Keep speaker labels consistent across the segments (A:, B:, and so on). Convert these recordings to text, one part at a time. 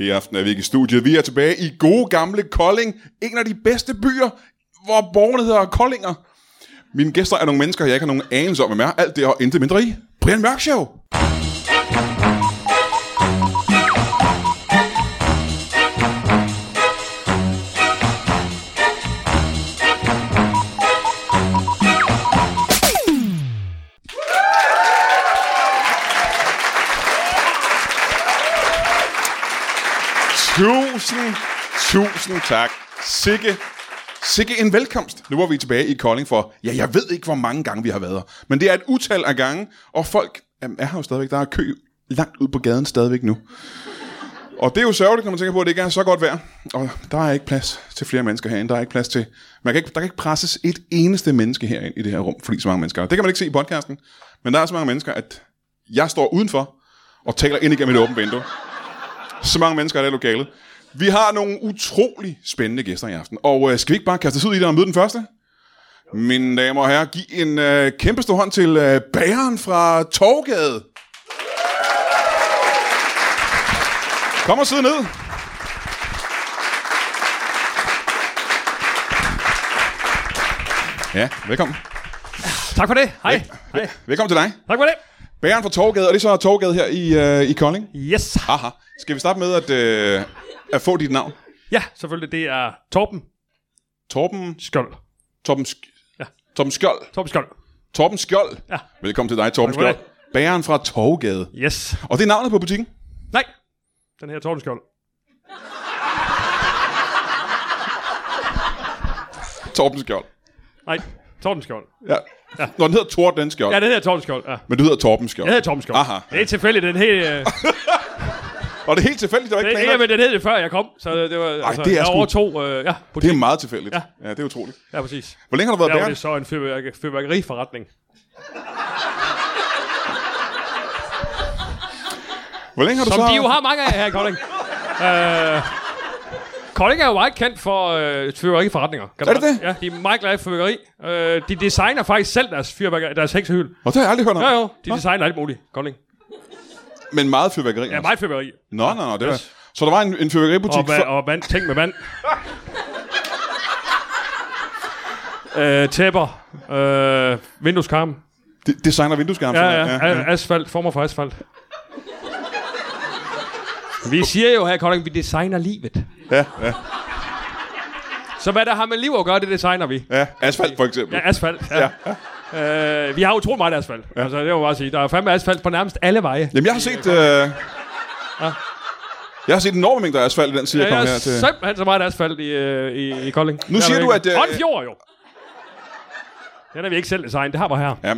A: I aften er vi ikke i studiet. Vi er tilbage i gode gamle Kolding. En af de bedste byer, hvor borgerne hedder Koldinger. Mine gæster er nogle mennesker, jeg ikke har nogen anelse om, hvem er. Alt det og intet mindre i. Brian Mørk Show. Tusind, tusind tak. Sikke, sikke en velkomst. Nu er vi tilbage i Kolding for, ja, jeg ved ikke, hvor mange gange vi har været her. Men det er et utal af gange, og folk jamen, er her jo stadigvæk. Der er kø langt ud på gaden stadigvæk nu. Og det er jo sørgeligt, når man tænker på, at det ikke er så godt vejr. Og der er ikke plads til flere mennesker herinde. Der er ikke plads til... Man kan ikke, der kan ikke presses et eneste menneske herind i det her rum, fordi så mange mennesker er. Det kan man ikke se i podcasten. Men der er så mange mennesker, at jeg står udenfor og taler ind igennem et åbent vindue. Så mange mennesker er der i lokalet. Vi har nogle utrolig spændende gæster i aften. Og øh, skal vi ikke bare kaste os ud i det og møde den første? Mine damer og herrer, giv en øh, kæmpe stor hånd til øh, bageren fra Torgade. Kom og sid ned. Ja, velkommen.
B: Tak for det. Hej. Hej.
A: Velkommen til dig.
B: Tak for det.
A: Bageren fra Torgade, og det er så Torgade her i, øh, i Kolding.
B: Yes.
A: Aha. Skal vi starte med at, øh, at få dit navn?
B: Ja, selvfølgelig. Det er Torben
A: Torben,
B: Skjold.
A: Torben, Sk- ja.
B: Ja.
A: Torben Skjold.
B: Torben Skjold.
A: Torben Skjold.
B: Ja.
A: Velkommen til dig, Torben
B: Tak for
A: Skjold. Bæren fra Torgade.
B: Yes.
A: Og det er navnet på butikken.
B: Nej. Den her Torben Skjold.
A: Torben Skjold.
B: Nej. Torben Skjold.
A: Ja. ja. Nå, den hedder Torben Skjold,
B: Ja,
A: ja, det...
B: den her Torben Skjold. Ja.
A: men du hedder Torben Skjold.
B: Jeg hedder Torben Skjold.
A: Aha.
B: Det er tilfældigt. Den hed, øh,
A: Og det er helt tilfældigt, der var
B: den,
A: ikke
B: ja,
A: planlagt.
B: men den hed det før jeg kom. Så det var altså,
A: det er
B: jeg
A: sgu-
B: overtog. Øh, ja,
A: Det
B: butik.
A: er meget tilfældigt. Ja.
B: Ja.
A: ja, det er utroligt.
B: ja, præcis.
A: Hvor længe har du været
B: Der var
A: bæren?
B: det så en fyrværke, fyrværkeriforretning.
A: Hvor længe har du
B: Som
A: så...
B: de jo har mange af her i Kolding. øh, Kolding er jo meget kendt for øh, fyrværkeriforretninger.
A: Er det det?
B: Ja, de er meget glade for fyrværkeri. Øh, de designer faktisk selv deres, fyrværkeri, deres heksehyl.
A: Og det har jeg aldrig hørt om.
B: Jo, jo, de designer alt muligt. Kolding.
A: Men meget fyrværkeri.
B: Ja,
A: altså.
B: meget fyrværkeri.
A: Nå, nå, nå. Det var... Så der var en, en fyrværkeributik.
B: Og, va-
A: før-
B: og vand, ting med vand. øh, tæpper. Øh, vindueskarm.
A: De- designer vindueskarme.
B: Ja,
A: sådan
B: ja.
A: noget.
B: A- Asfalt. Former for asfalt. Vi siger jo her i Kolding, vi designer livet.
A: ja, ja,
B: Så hvad der har med liv at gøre, det designer vi.
A: ja. Asfalt for eksempel.
B: Ja, asfalt. Ja. ja. Øh, vi har utrolig meget asfalt. Ja. Altså, det må jeg bare sige. Der er fandme asfalt på nærmest alle veje.
A: Jamen, jeg har set... Øh... Jeg har set enorme mængder asfalt i den side, jeg
B: Der
A: kom
B: er
A: her til.
B: simpelthen så meget asfalt i, øh, i, i Kolding.
A: Nu
B: Der
A: siger
B: er
A: du,
B: ikke-
A: at, øh,
B: Og en fjord, jo. Den er vi ikke selv designet. Det har vi her.
A: Ja.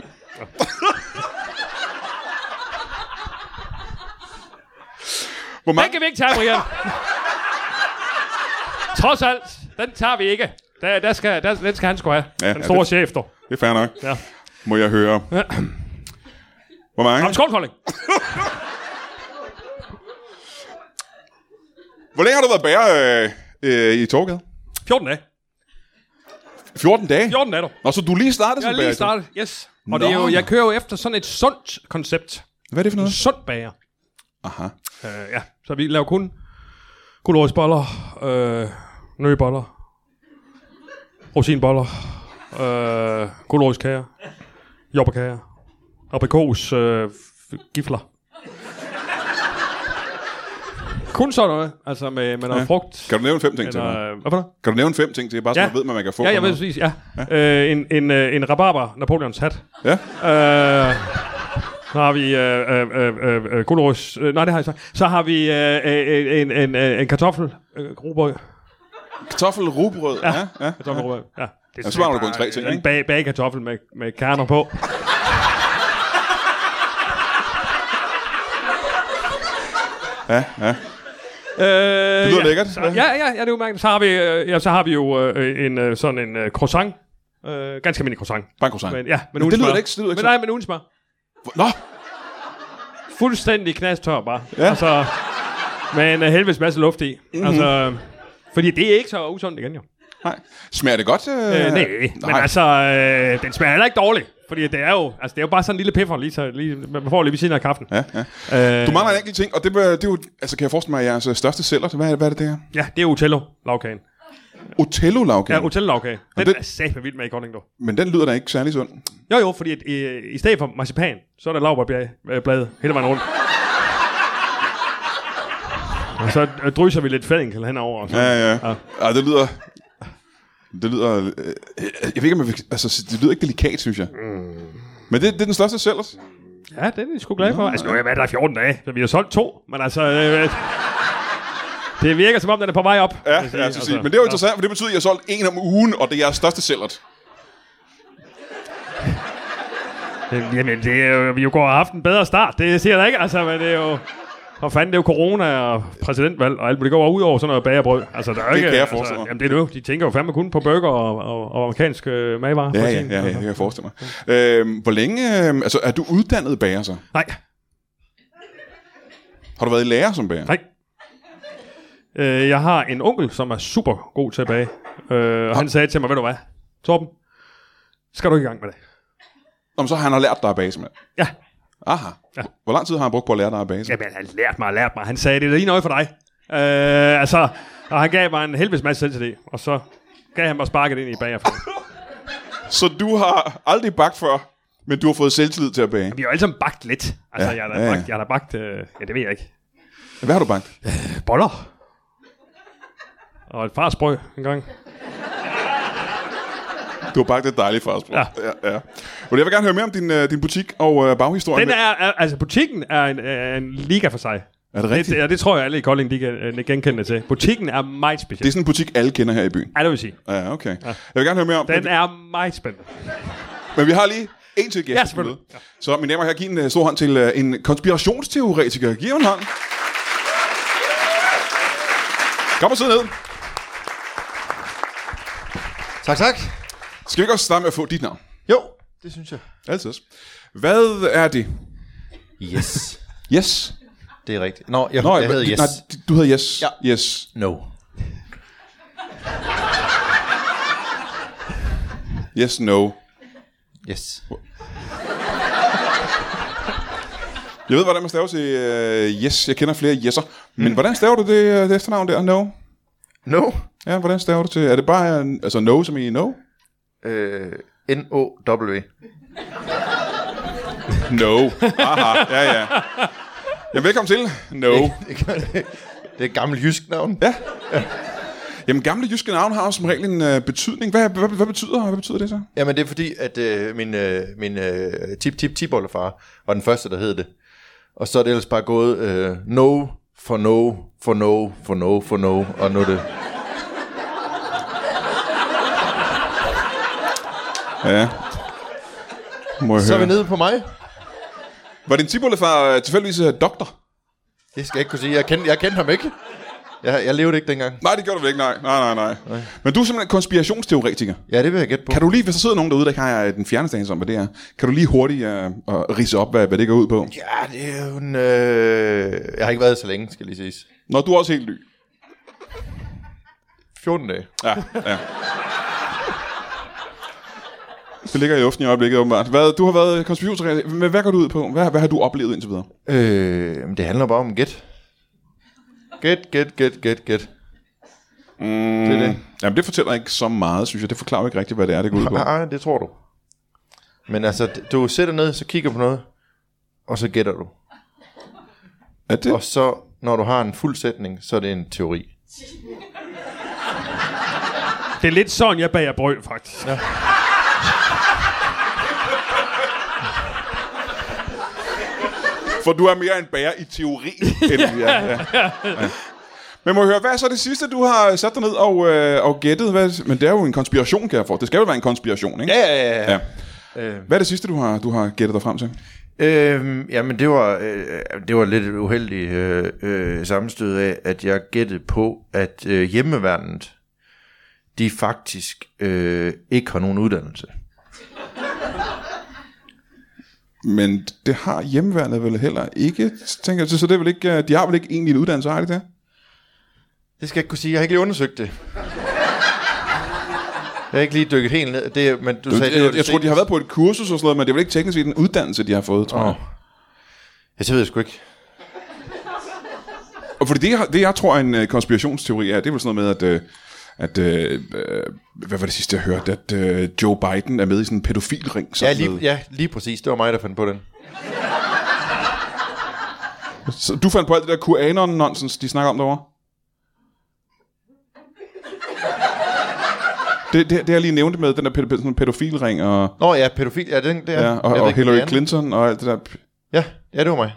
A: Hvor
B: Den
A: mange,
B: kan vi ikke tage, Brian. Trods alt, den tager vi ikke. Der, der skal, der, den skal han skulle have.
A: Ja,
B: Ja, den
A: ja,
B: store
A: det-
B: chef, dog.
A: det er fair nok,
B: Ja.
A: må jeg høre. Hvor mange?
B: Om skål, Kolding.
A: Hvor længe har du været bærer øh, øh, i Torgade?
B: 14 dage.
A: 14 dage?
B: 14 dage, dog.
A: Nå, så du er lige startede
B: Jeg
A: som
B: er
A: bager
B: lige
A: i Torvet.
B: startet. Yes. Og det er jo,
A: Nå.
B: jeg kører jo efter sådan et sundt koncept.
A: Hvad er det for noget?
B: Sundt bager.
A: Aha.
B: Øh, ja, så vi laver kun gulerodsboller, øh, nøgeboller, rosinboller, øh, gulerodskager, jobberkager, aprikos, øh, f- gifler. kun sådan noget, altså med, med noget ja. frugt.
A: Kan du nævne fem ting til mig?
B: Eller, øh, hvad for noget?
A: Kan du nævne fem ting til? Bare så
B: Ja.
A: man ved, hvad man kan få.
B: Ja,
A: for
B: jeg ved
A: noget.
B: præcis, ja. ja. Øh, en, en, øh, en rabarber, Napoleons hat.
A: Ja?
B: Øh, så har vi øh, øh, øh, øh, øh, gulerods... Øh, nej, det har jeg så. Så har vi øh, øh, en, en, en, en kartoffel... Øh, robrød.
A: Kartoffel, rugbrød. Ja. ja, ja.
B: Kartoffelrobrød. Ja. Det
A: Ja, Altså, så mangler du kun tre ting,
B: en
A: ikke?
B: bag, bagkartoffel med, med kerner på.
A: Ja, ja.
B: Øh, det
A: lyder
B: ja.
A: lækkert.
B: Så, ja,
A: Hvad?
B: ja, ja, det er umærkeligt. Så har vi, øh, ja, så har vi jo øh, en, øh, sådan en øh, croissant. Øh, ganske almindelig croissant.
A: Bankrosang.
B: Men, ja, men
A: Men
B: uden
A: det lyder
B: smør.
A: da ikke- det lyder ikke
B: men
A: så-
B: nej, men uden smør.
A: Nå,
B: Fuldstændig knastør bare.
A: Ja. Mhm.
B: Ja. Altså, med en øh, helvedes masse luft i. Mm-hmm. Altså, fordi det er ikke så usundt igen, jo.
A: nej. Smager det godt? Øh,
B: Øh, nej, nej, men altså, øh, den smager heller ikke dårligt. Fordi det er jo, altså, det er jo bare sådan en lille piffer, lige så, lige, man får lige ved siden af kaffen.
A: Ja, ja.
B: Øh,
A: Du mangler en enkelt ting, og det, var- det er jo, altså kan jeg forestille mig, at jeres øh, største sælger, hvad, er- hvad er det der?
B: Ja, det er Otello-lavkagen.
A: otello
B: Ja,
A: ja,
B: Otello-lavkage. Den
A: Mm. det-
B: det... er satme vild med i Kolding, dog.
A: Men den lyder da ikke særlig sund.
B: Jo, jo, fordi at, øh, i stedet for marcipan, så er der lavbærbladet hele vejen rundt. Og så øh, drysser vi lidt fadinkel henover. Og så.
A: Ja, ja. ja. Ej, det lyder... Det lyder... Øh, øh, jeg ved ikke, om jeg, vil- altså, det lyder ikke delikat, synes jeg. Men Mm. det, det er den største sælger.
B: Ja, det er vi sgu glade for. Altså, nu har jeg været der i 14 dage, så vi har solgt to. Men altså, øh, det virker som om, den er på vej op.
A: Ja,
B: vil jeg
A: ja,
B: sige.
A: ja altså, men det er jo interessant, for det betyder, at jeg har solgt en om ugen, og det er jeres største sælger.
B: Øh, Jamen, det er jo, vi jo går og har haft en bedre start. Det siger jeg da ikke, altså, men det er jo... Og fanden, det er jo corona og præsidentvalg og alt muligt. Det går jo ud over sådan noget bagerbrød. Altså, der er jo
A: Det
B: ikke,
A: kan jeg
B: altså,
A: forestille mig.
B: Jamen, det er det jo. De tænker jo fandme kun på burger og, og, og amerikansk øh, madvarer.
A: Ja, ja,
B: protein.
A: ja, ja, det kan jeg forestille mig. Øhm, hvor længe... øhm, Altså, er du uddannet bager så?
B: Nej,
A: Har du været i lærer som bager?
B: nej. Øh, jeg har en onkel, som er super god til at bage. Øh, og han sagde til mig, ved du hvad, Torben, skal du ikke i gang med det?
A: Om så han har lært dig at bage, simpelthen.
B: Ja,
A: Aha. Ja. Hvor lang tid har han brugt på at lære dig at bage? så?
B: Jamen, han lærte mig, lærte mig. Han sagde, det er lige noget for dig. Øh, altså, og han gav mig en helvedes masse selvtillid, og så gav han mig sparket ind i bagerfor.
A: Så du har aldrig bagt før, men du har fået selvtid til at bage.
B: Vi har jo alle sammen bagt lidt. Altså,
A: Ja,
B: ja, jeg har
A: ja,
B: da
A: ja.
B: bagt, jeg har da bagt øh, ja, det ved jeg ikke.
A: Hvad har du bagt?
B: Boller. Og et farsbrød en gang.
A: Du har bagt et dejligt farsbrød.
B: Ja.
A: ja, ja. Men jeg vil gerne høre mere om din, øh, din butik og øh, baghistorien.
B: Den er, er, altså butikken er en, er en liga for sig.
A: er det
B: Det,
A: rigtigt?
B: det, og det tror jeg alle i Kolding, de kan øh, genkende det til. Butikken er meget
A: Det
B: speciel.
A: er sådan en butik, alle kender her i byen.
B: Ja, det vil sige.
A: Ja, okay. Ja. Jeg vil gerne høre mere om
B: Den
A: det.
B: er meget spændende.
A: Men vi har lige en til gæst.
B: Ja, selvfølgelig.
A: med. Så mine damer og herrer, giv en øh, stor hånd til øh, en konspirationsteoretiker. Giv ham en hånd. Kom og sid ned.
C: Tak, tak.
A: Skal vi ikke også starte med at få dit navn?
C: Jo, det synes jeg.
A: Altid. Hvad er det?
C: Yes.
A: Yes.
C: Det er rigtigt. Nå, jeg,
A: Nå,
C: Nå, jeg hedder Yes.
A: Nej, du hedder Yes.
C: Ja.
A: Yes.
C: No.
A: Yes, no.
C: Yes.
A: Jeg ved, hvordan man staver til uh, yes. Jeg kender flere yes'er. Men
C: Mm.
A: hvordan staver du det, øh, det efternavn der? No?
C: No.
A: Ja, hvordan staver du til? Er det bare øh, altså no, som i no?
C: Øh, N-O-W.
A: No. Aha, ja, ja. Jamen, velkommen til. No.
C: Det, kan- det er et gammelt jysk navn.
A: Ja. Jamen, gamle jyske navne har jo som regel en øh, betydning. Hvad, hvad, hvad, betyder, hvad betyder det så?
C: Jamen, det er fordi, at øh, min, øh, min øh, tip tip tip oldefar var den første, der hed det. Og så er det ellers bare gået øh, no for no for no for no for no, og nu er det...
A: Ja. Må jeg
C: Så er vi
A: høre.
C: nede på mig.
A: Var din tibollefar øh, tilfældigvis øh, doktor?
C: Det skal jeg ikke kunne sige. Jeg kendte, jeg kendte ham ikke. Jeg, jeg levede ikke dengang.
A: Nej, det gjorde du vel ikke, nej. Nej, nej, nej. Men du er simpelthen konspirationsteoretiker.
C: Ja, det vil jeg gætte på.
A: Kan du lige, hvis der sidder nogen derude, der ikke har øh, den fjerneste anelse om, hvad det er, kan du lige hurtigt øh, øh, rise op, hvad, hvad det går ud på?
C: Ja, det er jo en... Øh... Jeg har ikke været så længe, skal lige siges.
A: Nå, du er også helt ny.
C: 14 dage.
A: Ja, ja. Det ligger i luften i øjeblikket, åbenbart. Hvad, du har været konspirationsteoretiker, men hvad går du ud på? Hvad, hvad har du oplevet indtil videre?
C: Øh, men det handler bare om gæt. Gæt, gæt, gæt, gæt, gæt. Mm. Det er det.
A: Jamen, det fortæller ikke så meget, synes jeg. Det forklarer jo ikke rigtigt, hvad det er, det går ud på.
C: Nej, Ah, det tror du. Men altså, d- du sætter ned, så kigger på noget, og så gætter du.
A: Er det?
C: Og så, når du har en fuld sætning, så er det en teori.
B: Det er lidt sådan, jeg bager brød, faktisk. Ja.
A: For du er mere en bærer i teori, end ja, ja, ja. Men må jeg høre, hvad er så det sidste, du har sat dig ned og, øh, og gættet? Hvad, men det er jo en konspiration, kan jeg få. Det skal jo være en konspiration, ikke?
C: Ja, ja, ja.
A: ja. Hvad er det sidste, du har, du har gættet dig frem til?
C: Øhm, jamen, det var, øh, det var lidt et uheldigt øh, øh, sammenstød af, at jeg gættede på, at øh, hjemmeværnet, de faktisk øh, ikke har nogen uddannelse.
A: Men det har hjemmeværnet vel heller ikke, tænker jeg. Så så det er vel ikke, øh, de har vel ikke egentlig en uddannelse, har de det?
C: Det skal jeg ikke kunne sige. Jeg har ikke lige undersøgt det. Jeg har ikke lige dykket helt ned. Det, men du
A: Du,
C: sagde,
A: jeg,
C: det var
A: jeg,
C: det
A: jeg tror, de har været på et kursus og sådan noget, men det er vel ikke teknisk set en uddannelse, de har fået, tror jeg.
C: seneste. Åh. Ja, det ved jeg sgu ikke.
A: Og fordi det, jeg- det, jeg tror er en øh, konspirationsteori er, det er vel sådan noget med, at... Øh, at øh, øh, hvad var det sidste, jeg hørte? At øh, Joe Biden er med i sådan en pædofilring.
C: Ja
A: Sådan
C: lige,
A: noget.
C: ja, lige præcis. Det var mig, der fandt på den.
A: Så du fandt på alt det der QAnon-nonsens, de snakker om derovre? Det, det, det, jeg lige nævnte med, den der pæ, sådan en pædofilring og,
C: Nå ja, pædofil. Ja, den, det er,
A: ja, og,
C: jeg ved
A: og
C: ikke, hvad
A: Hillary
C: det er.
A: Clinton og alt det der.
C: Ja, ja, det var mig.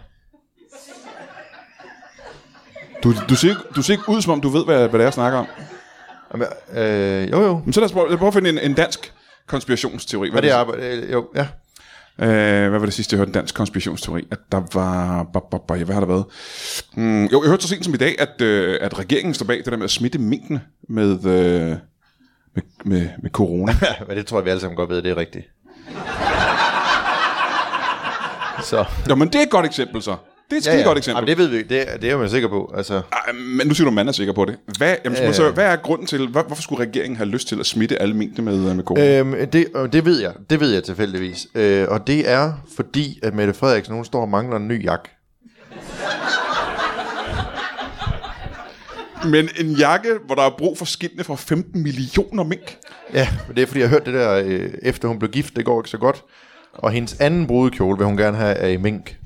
A: Du, du, ser, ikke- du ser ikke ud, som om du ved, hvad, hvad det er, jeg snakker om.
C: Jamen, øh, jo, jo.
A: Men så lad os prøve, lad os prøve at finde en, en dansk konspirationsteori.
C: Hvad det
A: var
C: arbejde? Øh, jo, ja.
A: Øh, hvad var det sidste, jeg hørte en dansk konspirationsteori? At der var... Ba, ba, ba, ja, hvad har der været? Mm, jo, jeg hørte så sent som i dag, at, øh, at regeringen står bag det der med at smitte minkene med, øh, med, med, med corona.
C: ja. Men det tror jeg, vi alle sammen godt ved, det er rigtigt. Så.
A: Nå, men det er et godt eksempel så. Det er et skide ja, ja. godt eksempel.
C: Jamen, det ved vi. Det, er- det er man sikker på. Altså,
A: Ej, men nu siger du, at man er sikker på det. Hvad, jamen, ja,
C: Ja.
A: Så, hvad er grunden til, hvor, hvorfor skulle regeringen have lyst til at smitte alle minkene med, øh, med corona? Øh,
C: Øhm, det, øh, det ved jeg. Det ved jeg tilfældigvis. Øh, og det er fordi, at Mette Frederiksen, hun står og mangler en ny jak.
A: men en jakke, hvor der er brug for skindene fra 15 millioner mink.
C: Ja, men det er fordi, jeg hørte det der, øh, efter hun blev gift, det går ikke så godt. Og hendes anden brudekjole vil hun gerne have af i mink.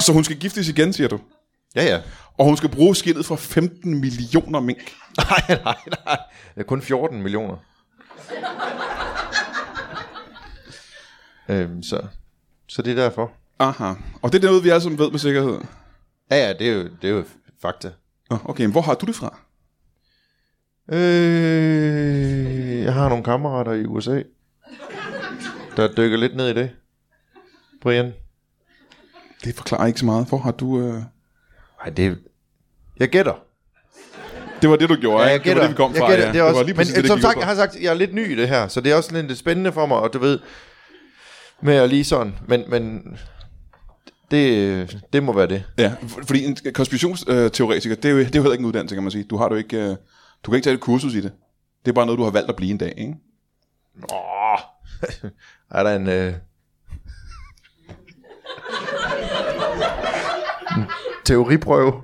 A: Så hun skal giftes igen, siger du.
C: Ja, ja.
A: Og hun skal bruge skindet fra 15 millioner mink.
C: Nej, nej, nej. Det er kun 14 millioner. øhm, så, så det er derfor.
A: Aha. Og det er noget, vi alle sammen ved med sikkerhed.
C: Ja, ja, det er jo, det er jo fakta.
A: Nå, okay, men hvor har du det fra?
C: Øh, jeg har nogle kammerater i USA, der dykker lidt ned i det. Brian?
A: Det forklarer ikke så meget. Hvor har du... Øh...
C: Nej, det er... Jeg gætter.
A: Det var det, du gjorde,
C: Ja,
A: ikke?
C: jeg gætter.
A: Det var det, vi kom fra.
C: jeg gætter,
A: ja.
C: det, er også,
A: var lige
C: men
A: præcis det, det
C: som
A: gik
C: sagt,
A: ud
C: jeg
A: på.
C: har sagt, jeg er lidt ny i det her, så det er også lidt spændende for mig, og du ved, med at lige sådan, men, men det, det må være det.
A: Ja, for- fordi en konspirationsteoretiker, det er, jo, det er jo heller ikke en uddannelse, kan man sige. Du har jo ikke... Øh... Du kan ikke tage et kursus i det. Det er bare noget, du har valgt at blive en dag, ikke?
C: Åh, er der en... Øh, en teoriprøve?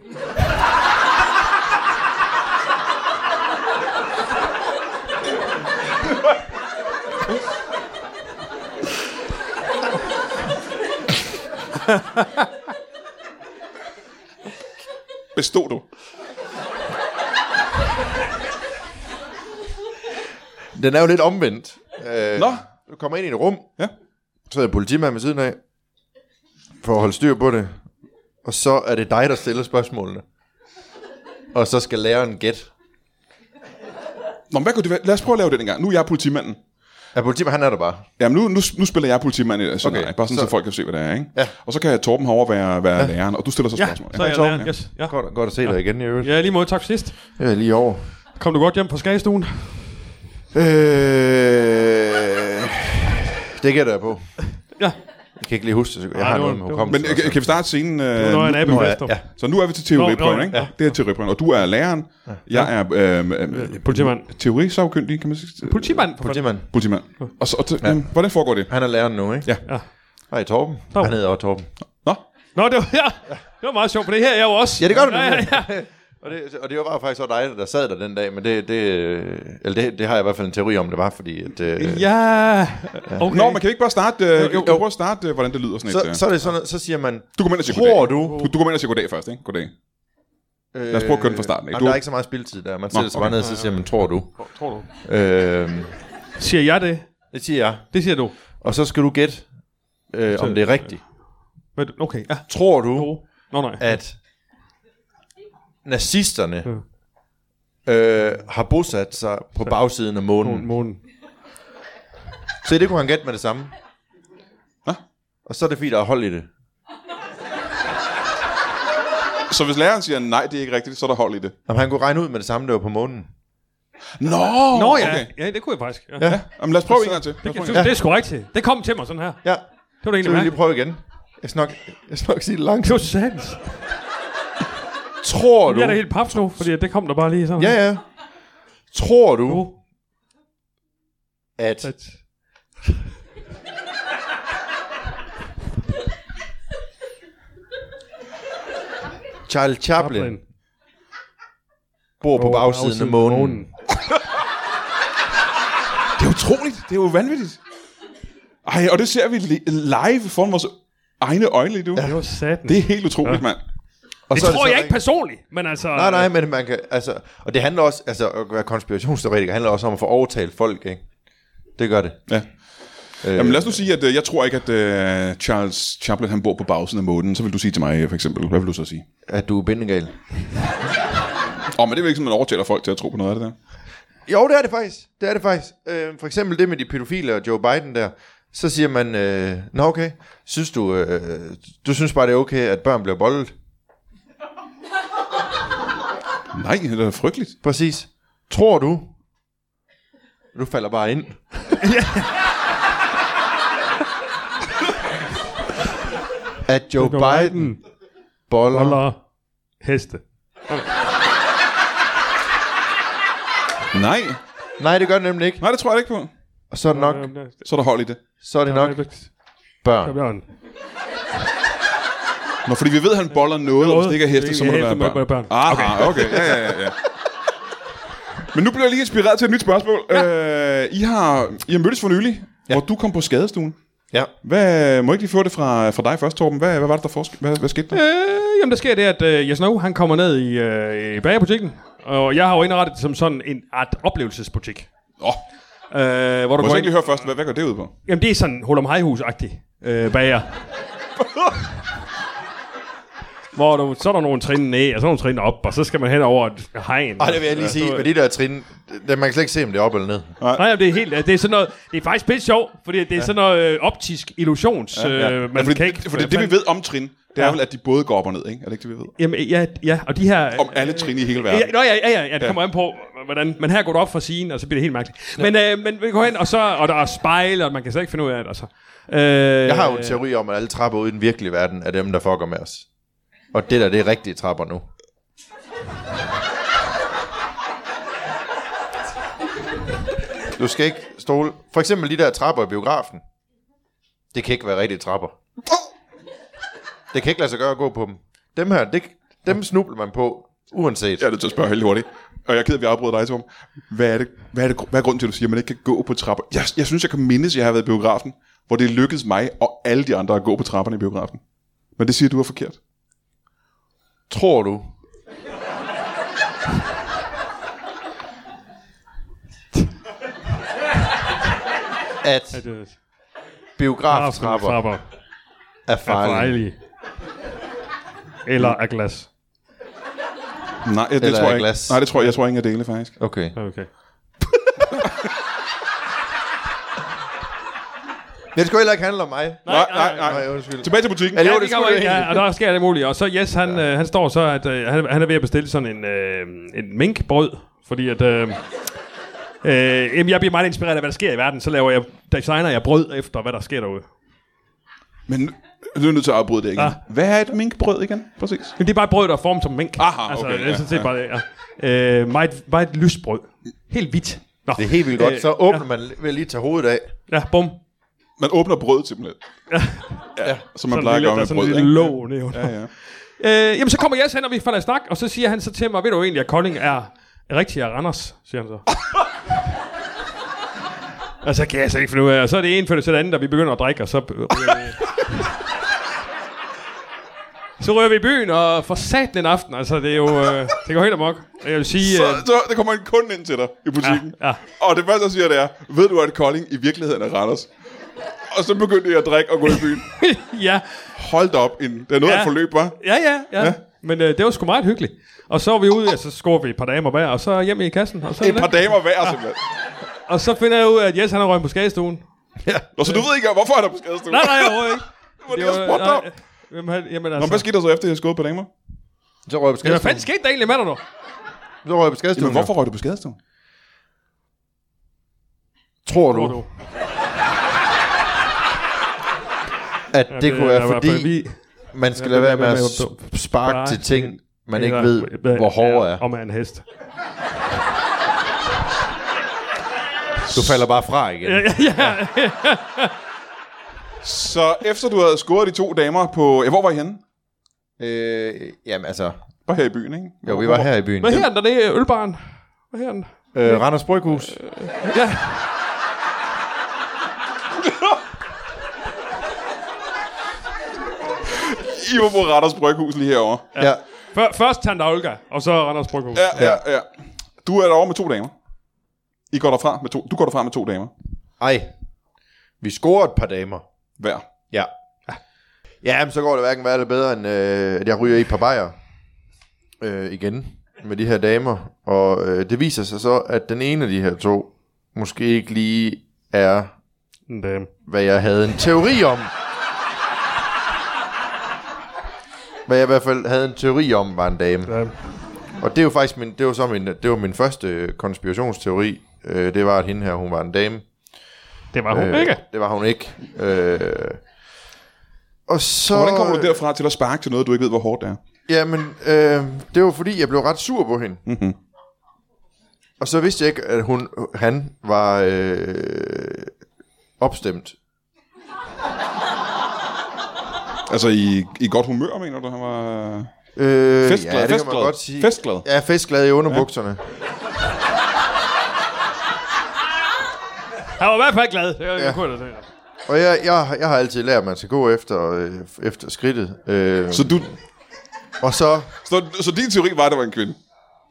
A: Bestod du?
C: Den er jo lidt omvendt. Øh,
A: Nå.
C: Du kommer ind i et rum,
A: Ja.
C: så er der politimand ved siden af, for at holde styr på det, og så er det dig, der stiller spørgsmålene. Og så skal læreren gætte.
A: Nå, men hvad kunne det være? Lad os prøve at lave det en gang. Nu er jeg politimanden.
C: Ja, politimanden han er der bare.
A: Jamen, nu, nu, nu spiller jeg politimand i det scenarie, okay,
C: Okay,
A: bare sådan, så... så
C: så-
A: folk kan se, hvad det er, ikke?
C: Ja.
A: Og så kan Torben herovre være, være ja. læreren, og du stiller så
B: Ja,
A: spørgsmål.
B: så er jeg
C: Torben,
B: læreren.
C: ja.
B: Yes, ja.
C: Godt, godt at se dig igen, i øvrigt.
B: ja, lige måde. Tak for sidst.
C: Jeg er lige over.
B: Kom du godt hjem fra skagestuen?
C: Øh, det gætter jeg på.
B: Ja.
C: Jeg kan ikke lige huske det. så- Jeg
B: Nej,
C: har
B: det var- det
C: noget med
A: Men
B: var-
C: hukommelse.
A: øh, kan, kan vi starte scenen? Øh,
B: Nå, en
A: nu-
B: abe
C: Nå, ja,
B: fester.
C: ja.
A: Så nu er vi til teoriprøven,
B: Nå, nå,
A: ikke? Ja.
B: ja.
A: Det er teoriprøven. Og du er læreren, jeg er øhm, øhm,
B: Politimand.
A: teorisagkyndig, kan man sige. øh,
B: Politimand. for fanden.
C: Politimand,
A: Politimand. Og så, og t- ja. hvordan foregår det?
C: han er læreren nu, ikke?
A: Ja.
B: Ja.
C: Hej, Torben.
B: Torben.
C: Han hedder også Torben.
A: Nå,
B: Nå, det var, ja. det var meget sjovt, for det her er jeg jo også.
C: Ja, det gør du
B: ja,
C: nemlig.
B: ja, ja.
C: Og det, og det var faktisk også dig, der sad der den dag, men det, det, øh, eller det, det har jeg i hvert fald en teori om, det var, fordi... At, øh,
B: Ja, okay.
A: Nå man kan vi ikke bare starte, øh, jo,
C: jo.
A: prøv at starte, øh, hvordan det lyder sådan
C: så,
A: et. øh.
C: så, er det sådan, så siger man...
A: du kommer ind og siger
C: Tror
A: goddag. Du, du kommer ind og siger goddag først, ikke? Goddag.
C: Øh,
A: os prøve at køre den fra starten, ikke?
C: Jamen,
A: Du-
C: der er ikke så meget spilletid der. Man sætter sig bare
A: okay.
C: ned, og så siger man, tror du?
B: Tror du?
C: Øh,
B: Siger jeg det?
C: det siger jeg.
B: Det siger du.
C: Og så skal du gætte, øh, om det er rigtigt.
B: Hvad- Okay, ja.
C: Tror du,
B: Nå, nej.
C: at
A: Mm.
C: nazisterne øh, har bosat sig på bagsiden af månen?
B: Månen.
C: Se, det kunne han gætte med det samme. Og så er det fordi, der er hold i det.
A: Så hvis læreren siger, nej, det er ikke rigtigt, så er der hold i det.
C: Jamen, han kunne regne ud med det samme, det var på månen.
A: Nå,
B: Nå ja,
A: Okay.
B: okay. ja, det kunne jeg faktisk. Ja.
C: Ja,
A: Jamen, lad os prøve en gang til. Lad os prøve en
B: Det,
A: gang.
B: det er sgu rigtigt. Det kom til mig sådan her.
C: ja.
B: Det var det
C: Så
B: egentlig
C: vil jeg lige
B: mærkeligt.
C: prøve igen. Jeg skal nok, jeg skal nok sige det langt.
B: Det var sandt.
C: Tror du?
B: Jeg er da helt paps nu, fordi at det kom der bare lige sådan.
C: Ja, ja. Tror du,
B: Jo.
C: at...
B: At-
C: Charles Chaplin,
B: Chaplin.
C: bor på bagsiden af månen.
A: Det er utroligt. Det er jo vanvittigt. Ej, og det ser vi li- live foran vores egne øjne lige nu.
B: Det var satan.
A: Det
B: Det,
A: er helt utroligt, mand.
C: Og
B: det
C: så er
B: tror
C: så
B: jeg ikke personligt, men altså...
C: Nej, nej, men man kan, altså, og det handler også, altså at være konspirationsteoretiker handler også om at få overtalt folk, ikke? Det gør det.
A: Ja. Jamen lad os nu sige, at øh, jeg tror ikke, at øh, Charles Chaplin han bor på bagsiden af månen. Så vil du sige til mig øh, for eksempel, hvad vil du så sige?
C: At du er bindegal.
A: Åh, oh, men det er jo ikke sådan, man overtaler folk til at tro på noget af det der.
C: Jo, det er det faktisk. Det er det faktisk. Øh, for eksempel det med de pædofile og Joe Biden der. Så siger man, øh, nå okay, synes du, øh, du synes bare det er okay, at børn bliver boldet?
A: Nej, det er da frygteligt.
C: Præcis. Tror du? Du falder bare ind. at Joe
B: Biden
C: Biden boller,
B: Eller heste.
A: Nej,
C: Nej, det gør det nemlig ikke.
A: nej, det tror jeg da ikke på.
C: Og så er det nok,
A: Så er der hold i det.
C: så er det nok børn.
B: Bjørn.
A: Nå, fordi vi ved, at han boller noget, og hvis det ikke er heste, så må det
B: Heste
A: være
B: må
A: børn.
B: være børn.
A: Aha, okay. Ja, ja, ja, ja. Men nu bliver jeg lige inspireret til et nyt spørgsmål. Ja. Øh, I, har, I har mødtes for nylig, ja. hvor du kom på skadestuen.
C: Ja.
A: Hvad, må jeg ikke lige få det fra, fra dig først, Torben? Hvad, hvad var det, der forsk- hvad, hvad skete der?
B: Øh, jamen, der sker det, at øh, Jes Snow, han kommer ned i, øh, i bagerbutikken, og jeg har jo indrettet det som sådan en art oplevelsesbutik.
A: Åh, oh,
B: Øh, hvor du
A: må jeg
B: går
A: så
B: ind...
A: ikke lige høre først, hvad, hvad går det ud på?
B: Jamen, det er sådan Holum Hejhus-agtig øh, bager. hvor du, så er der nogle trin ned, og så er der nogle trin op, og så skal man hen over et hegn.
C: Ej, det vil jeg lige sige. Med de der trin, der, man kan slet ikke se, om det er op eller ned.
B: Nej, jamen, det er helt, det er sådan noget, det er faktisk pisse sjovt, fordi det er sådan noget øh, optisk illusions, ja, ja. Øh, man
A: fordi,
B: kan ikke...
A: fordi det, vi ved om trin, det er
B: Ja.
A: vel, at de både går op og ned, ikke? Er det ikke det, vi ved?
B: Jamen, ja, ja, og de her...
A: Om alle trin i hele verden.
B: Ja, nå, ja, ja, ja, ja, det kommer an på, hvordan... Men her går du op fra scenen, og så bliver det helt mærkeligt. Men, øh, men vi går hen, og, så, og der er spejl, og man kan slet ikke finde ud af det, altså. Øh,
C: Jeg har jo en teori om, at alle trapper ude i den virkelige verden er dem, der fucker med os. Og det der, det er rigtige trapper nu. Du skal ikke stole... For eksempel de der trapper i biografen. Det kan ikke være rigtige trapper. Det kan ikke lade sig gøre at gå på dem. Dem her, det, dem snubler man på, uanset.
A: Jeg er nødt til at spørge helt hurtigt. Og jeg er ked af, at vi afbryder dig, Tom. Hvad er, det, hvad, er det, hvad er grunden til, at du siger, at man ikke kan gå på trapper? Jeg, jeg synes, jeg kan mindes, at jeg har været i biografen, hvor det lykkedes mig og alle de andre at gå på trapperne i biografen. Men det siger du er forkert.
C: Tror du? at
B: Øh,
C: biograftrapper
B: Trapper.
C: er
B: Er
C: farlige.
B: dejlige. Eller af glas.
A: Nej, det
C: Eller
A: tror jeg
C: af
A: ikke.
C: glas.
A: Nej, det tror jeg, jeg tror ikke, jeg dele faktisk.
C: Okay.
B: Okay.
C: Det skulle heller ikke handle om mig.
A: Nej, nej, nej.
C: Nej, undskyld.
A: Tilbage til butikken.
C: Ja,
B: Jo,
C: Jo,
B: ja,
C: det
B: det
C: skulle
B: kommer
C: det
B: ind, ja, og
C: egentlig.
B: der sker det muligt. Og så Jes, han, øh, han står så, at øh, han, han er ved at bestille sådan en, øh, en minkbrød, fordi at... Øh, øh, jamen, jeg bliver meget inspireret af, hvad der sker i verden. Så laver jeg, designer jeg brød efter, hvad der sker derude.
A: Men nu- nu er jeg nødt til at afbryde det igen.
B: Ah.
A: Hvad er et minkbrød igen? Præcis.
B: Men det er bare et brød, der er formet som mink.
A: Aha,
B: altså,
A: okay,
B: det
A: ja,
B: er sådan set
A: ja.
B: bare det, ja. Øh, meget, meget lyst brød. Helt hvidt. Nå.
C: Det er helt vildt godt. Så
B: Øh,
C: åbner man ved at lige tage hovedet af.
B: Ja, bum.
A: Man åbner brødet simpelthen. Ja, ja. Som man
B: Sådan
A: plejer at
B: lille,
A: gøre
B: der er
A: med
B: sådan en
A: brød.
B: lille
A: ikke?
B: låg nedenunder.
A: Ja, ja.
B: Øh, jamen, så kommer Jes hen, og vi falder i snak, og så siger han så til mig, ved du egentlig, at Kolding er rigtig af Randers, siger han så. og så kan jeg så ikke finde ud af, og så er det ene følge til det andet, og vi begynder at drikke, og så... øh, så rører vi i byen, og for satan en aften, altså det er jo... Øh, det går helt amok. Jeg vil sige...
A: Så,
B: Øh,
A: så der kommer en kunde ind til dig i butikken.
B: Ja, ja.
A: Og det første, jeg siger, det er, ved du, at Kolding i virkeligheden er Randers? Og så begyndte jeg at drikke og gå i byen.
B: øh, ja,
A: Hold da op, en, det er noget ja.
B: Ja.
A: af et forløb, var.
B: ja, ja, ja. ja. Men øh, det var sgu meget hyggeligt. Og så var vi ude, og så skår vi et par damer hver, og så hjem i kassen. Og så,
A: Et par damer hver, simpelthen.
B: og så finder jeg ud af, at Jes han har røget på skadestuen.
A: Nå, så du ved ikke, hvorfor han er på skadestuen?
B: Nej, nej, overhovedet ikke.
A: Det var det, jeg spurgte dig om.
B: Jamen, han, jamen
A: Nå,
B: altså.
A: men hvad skete der så efter, at jeg skåede på damer?
C: Så røg jeg på
B: Jamen, hvad
C: skadestuen.
B: fanden skete der egentlig med dig nu?
C: Så røg jeg på skadestuen.
A: Jamen, hvorfor røg du på skadestuen?
C: tror du, at det kunne være
B: er i hvert fald
C: fordi,
B: lige-
C: man
B: Ja,
C: skal lade
B: det
C: være
B: er
C: med
B: i
C: at
B: hvert fald
C: sp- sparke til ting, man ikke ved,
B: Hvad-
C: hvor hårde er.
B: Om er en hest.
C: Du falder bare fra igen.
A: Så efter du havde scoret de to damer på... Ja, hvor var I henne?
C: Øh, jamen altså,
A: Bare her i byen, ikke?
C: jo, vi var her i byen.
B: Hvad her den dernede, ølbaren? Hvad her den?
C: Øh, Randers Bryghus.
B: Ja.
A: I var på Randers Bryghus lige herovre.
C: Ja.
B: Før, først Tante Olga, og så Randers Bryghus.
A: Ja, ja, ja. Du er derovre med to damer. I går derfra med to, du går derfra med to damer.
C: Ej. Vi scorer et par damer.
A: Hver.
C: Ja. Ja, men så går det hverken værre eller bedre, end øh, at jeg ryger i et par bajer øh, igen med de her damer. Og øh, det viser sig så, at den ene af de her to måske ikke lige er,
B: Mm, Damn.
C: hvad jeg havde en teori om. Hvad jeg i hvert fald havde en teori om, var en dame.
B: Damn.
C: Og det er jo faktisk min, det var så min, det var min første øh, konspirationsteori. Øh, det var, at hende her, hun var en dame.
B: Det var hun, øh. ikke?
C: Det var hun ikke. Øh, og så...
A: Hvordan kommer du derfra til at sparke til noget, du ikke ved, hvor hårdt det er?
C: Jamen, øh, det var fordi, jeg blev ret sur på hende. Mm-hmm.
A: Mhm.
C: Og så vidste jeg ikke, at hun, han var øh, opstemt.
A: Altså, i, i godt humør, mener du, han var...
C: Øh,
A: Festglad,
C: ja, det kan
A: festglad,
C: man godt sige.
A: festglad.
C: Ja, festglad i underbukserne.
B: Han var i hvert fald glad. Det var, ja. kunne jeg da se.
C: Og jeg, jeg, jeg har altid lært, at man skal gå efter, øh, efter skridtet. Øh,
A: Så, du,
C: og så,
A: så, så din teori var, at det var en kvinde?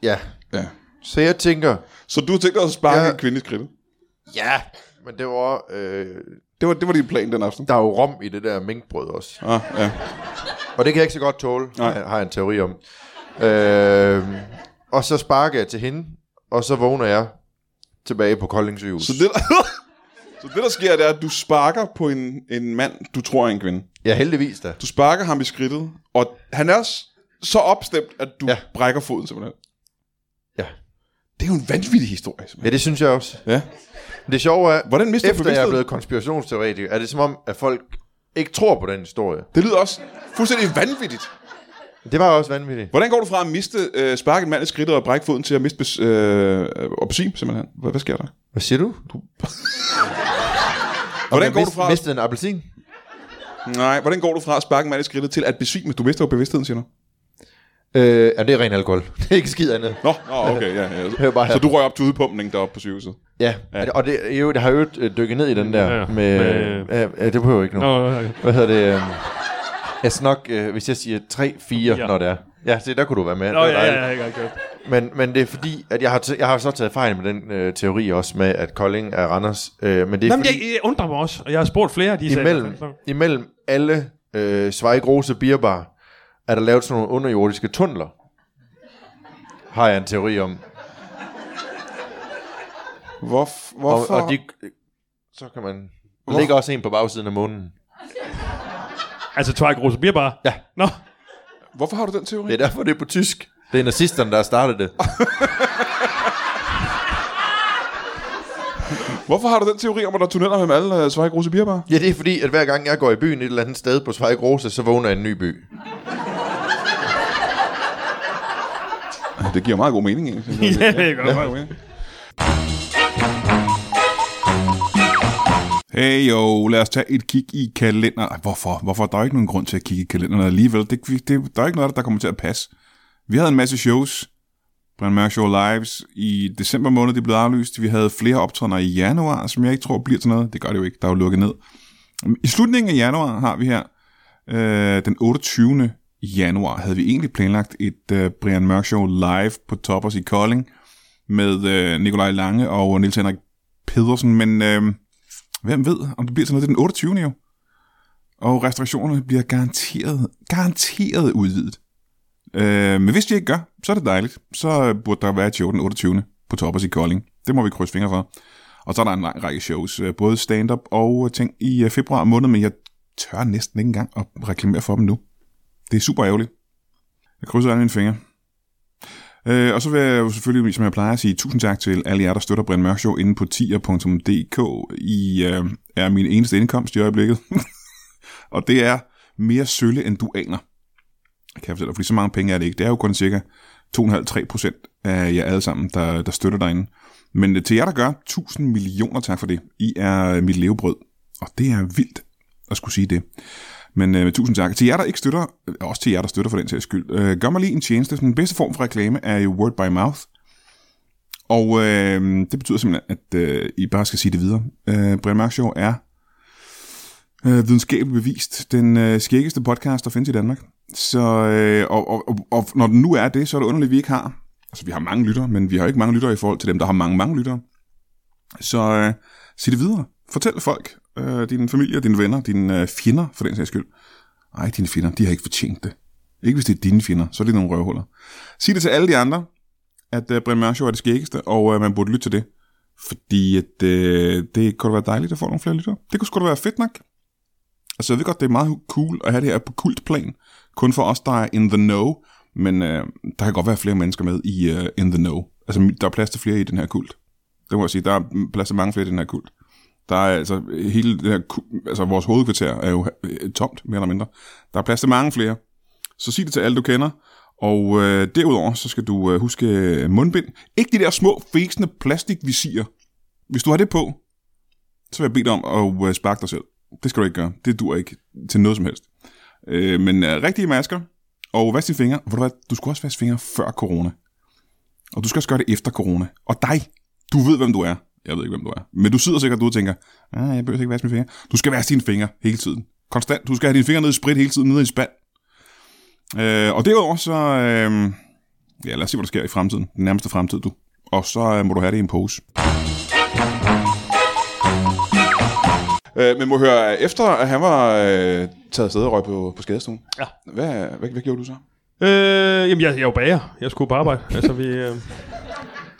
C: ja.
A: Ja.
C: Så jeg tænker,
A: Så du tænkte også at sparke
C: Ja.
A: ja. en kvinde i skridtet?
C: ja, men det var, øh,
A: Det var, det var din plan den aften?
C: der er jo rom i det der minkbrød også.
A: Ah, ja.
C: Og det kan jeg ikke så godt tåle,
A: Nej.
C: Nej. har jeg en teori om. Øh, og så sparker jeg til hende, og så vågner jeg tilbage på Kolding sygehus.
A: Så det, der, så det, der sker, det er, at du sparker på en, en mand, du tror er en kvinde.
C: Ja, heldigvis da.
A: Du sparker ham i skridtet, og han er s- så opstemt, at du
C: Ja.
A: ja. brækker foden simpelthen.
C: Ja.
A: Det er jo en vanvittig historie, simpelthen.
C: ja, det synes jeg også.
A: Ja.
C: Det sjove er,
A: Hvordan mister du
C: efter jeg er
A: bevidstheden?
C: blevet konspirationsteoretiker, er det som om, at folk ikke tror på den historie.
A: Det lyder også fuldstændig vanvittigt.
C: Det var også vanvittigt.
A: Hvordan går du fra at miste, øh, sparke en mand i skridtet og brække foden til at miste bes, øh, opsim, simpelthen? Hvad, hvad sker der?
C: Hvad siger du? du
A: Hvordan går du fra...
C: Mistede en appelsin?
A: Nej, hvordan går du fra at sparke en mand i skridtet til at besvime? Du mister jo bevidstheden, siger du.
C: Øh, ja, det er ren alkohol. det er ikke skid andet.
A: Nå, nå okay, ja. ja.
C: Hør bare her.
A: Så du røg op til udpumpning deroppe på sygehuset.
C: Ja, ja. og det, jo, det har jo øvrigt, øh, dykket ned i den der
B: Ja, ja.
C: ja, med...
B: Med-
C: Ja, ja, det behøver jeg ikke nu.
B: Nå, okay.
C: Hvad hedder det? øhm, Jeg snak, øh, hvis jeg siger 3-4,
B: Ja.
C: ja. når det er. Ja, se, der kunne du være med.
B: Nå,
C: Det var
B: ja, ja,
C: dejligt.
B: ja, ja, ja.
C: Men, men det er fordi, at jeg har, t- jeg har så taget fejl med den øh, teori også med, at Kolding er Randers. Øh, men det er
B: Jamen, jeg,
C: fordi,
B: jeg undrer mig også, og jeg har spurgt flere, Altså, de sagde...
C: imellem, imellem alle øh, Zweig Rose Bierbar, er der lavet sådan nogle underjordiske tunneler. Har jeg en teori om.
A: Hvor,
C: Og,
A: hvorfor?
C: og de, så kan man... Der ligger også en på bagsiden af månen.
B: Altså, Twike Rose bliver bare...
C: Ja.
B: Nå,
A: Hvorfor har du den teori?
C: Det er derfor, det er på tysk. Det er nazisterne, der har startet det.
A: Hvorfor har du den teori om, at der er tunneller mellem alle øh, Zweig Rose Bierbar?
C: Ja, det er fordi, at hver gang jeg går i byen et eller andet sted på Zweig Rose, så vågner jeg i en ny by.
A: Det giver meget god mening, egentlig.
B: ja, det gør jeg.
A: Hey jo, lad os tage et kig i kalenderen. Ej, Hvorfor? Hvorfor? Der er jo ikke nogen grund til at kigge i kalenderen alligevel. Det, det, der er ikke noget, der kommer til at passe. Vi havde en masse shows. Brian Mørk Show Lives i december måned, de blev aflyst. Vi havde flere optrædener i januar, som jeg ikke tror bliver til noget. Det gør det jo ikke, der er jo lukket ned. I slutningen af januar har vi her, øh, den 28. januar, havde vi egentlig planlagt et øh, Brian Mørk Show live på Toppers i Kolding med øh, Nikolaj Lange og Nils Henrik Pedersen, men øh, hvem ved, om det bliver sådan noget. Det er den 28. jo. Og restriktionerne bliver garanteret, garanteret udvidet. Øh, men hvis de ikke gør, så er det dejligt. Så øh, burde der være et show den 28. på Toppers i Kolding. Det må vi krydse fingre for. Og så er der en lang række shows, øh, både stand-up og øh, ting i øh, februar måned, men jeg tør næsten ikke engang at reklamere for dem nu. Det er super ærgerligt. Jeg krydser alle mine fingre. Øh, og så vil jeg jo selvfølgelig, som jeg plejer at sige, tusind tak til alle jer, der støtter Brian Mørk Show inde på tier.dk. I øh, er min eneste indkomst i øjeblikket. og det er mere sølle, end du aner. Kan jeg fortælle dig, fordi så mange penge er det ikke. Det er jo kun cirka 2,5-3 procent af jer alle sammen, der, der støtter derinde. Men øh, til jer, der gør, tusind millioner tak for det. I er mit levebrød. Og det er vildt at skulle sige det. Men øh, tusind tak. Til jer, der ikke støtter, øh, også til jer, der støtter for den sags skyld, øh, gør mig lige en tjeneste. Den bedste form for reklame er jo word by mouth. Og øh, det betyder simpelthen, at øh, I bare skal sige det videre. Øh, Brian Mørk Show er øh, videnskabeligt bevist den øh, skæggeste podcast, der findes i Danmark. Så, øh, og, og, og, og når den nu er det, så er det underligt, at vi ikke har. Altså, vi har mange lyttere, men vi har ikke mange lyttere i forhold til dem, der har mange, mange lyttere. Så øh, sig det videre. Fortæl folk, øh, din familie, dine venner, dine øh, fjender, for den sags skyld. Ej, dine fjender, de har ikke fortjent det. Ikke hvis det er dine fjender, så er det nogle røvhuller. Sig det til alle de andre, at øh, Brian Mørk Show er det skæggeste, og øh, man burde lytte til det. Fordi at, øh, det kunne da være dejligt at få nogle flere lyttere. Det kunne sgu da være fedt nok. Altså, jeg ved godt, det er meget cool at have det her på kult plan. Kun for os, der er in the know. Men øh, der kan godt være flere mennesker med i øh, in the know. Altså, der er plads til flere i den her kult. Det må jeg sige. Der er plads til mange flere i den her kult. Der er altså hele det her, ku- altså vores hovedkvarter er jo øh, tomt, mere eller mindre. Der er plads til mange flere. Så sig det til alle, du kender. Og øh, derudover, så skal du øh, huske øh, mundbind. Ikke de der små, fæsende plastikvisirer. Hvis du har det på, så vil jeg bede dig om at øh, sparke dig selv. Det skal du ikke gøre. Det dur ikke til noget som helst. Øh, men øh, rigtige masker, og vask dine fingre. Ved du hvad, du skulle også vaske fingre før corona. Og du skal også gøre det efter corona. Og dig, du ved, hvem du er. Jeg ved ikke, hvem du er. Men du sidder sikkert derude og tænker, ah, jeg behøver ikke vaske mine fingre. Du skal vaske dine fingre hele tiden. Konstant. Du skal have dine fingre ned i sprit hele tiden, ned i en spand. Øh, og derudover så, øh, ja, lad os se, hvad der sker i fremtiden. Den nærmeste fremtid, du. Og så øh, må du have det i en pose. Øh, men må høre, efter at han var øh, taget afsted og røg på, på skadestuen,
B: Ja.
A: hvad, hvad, hvad gjorde du så?
B: Øh, jamen, jeg, jeg er jo bager. Jeg skulle på arbejde. altså, vi, øh,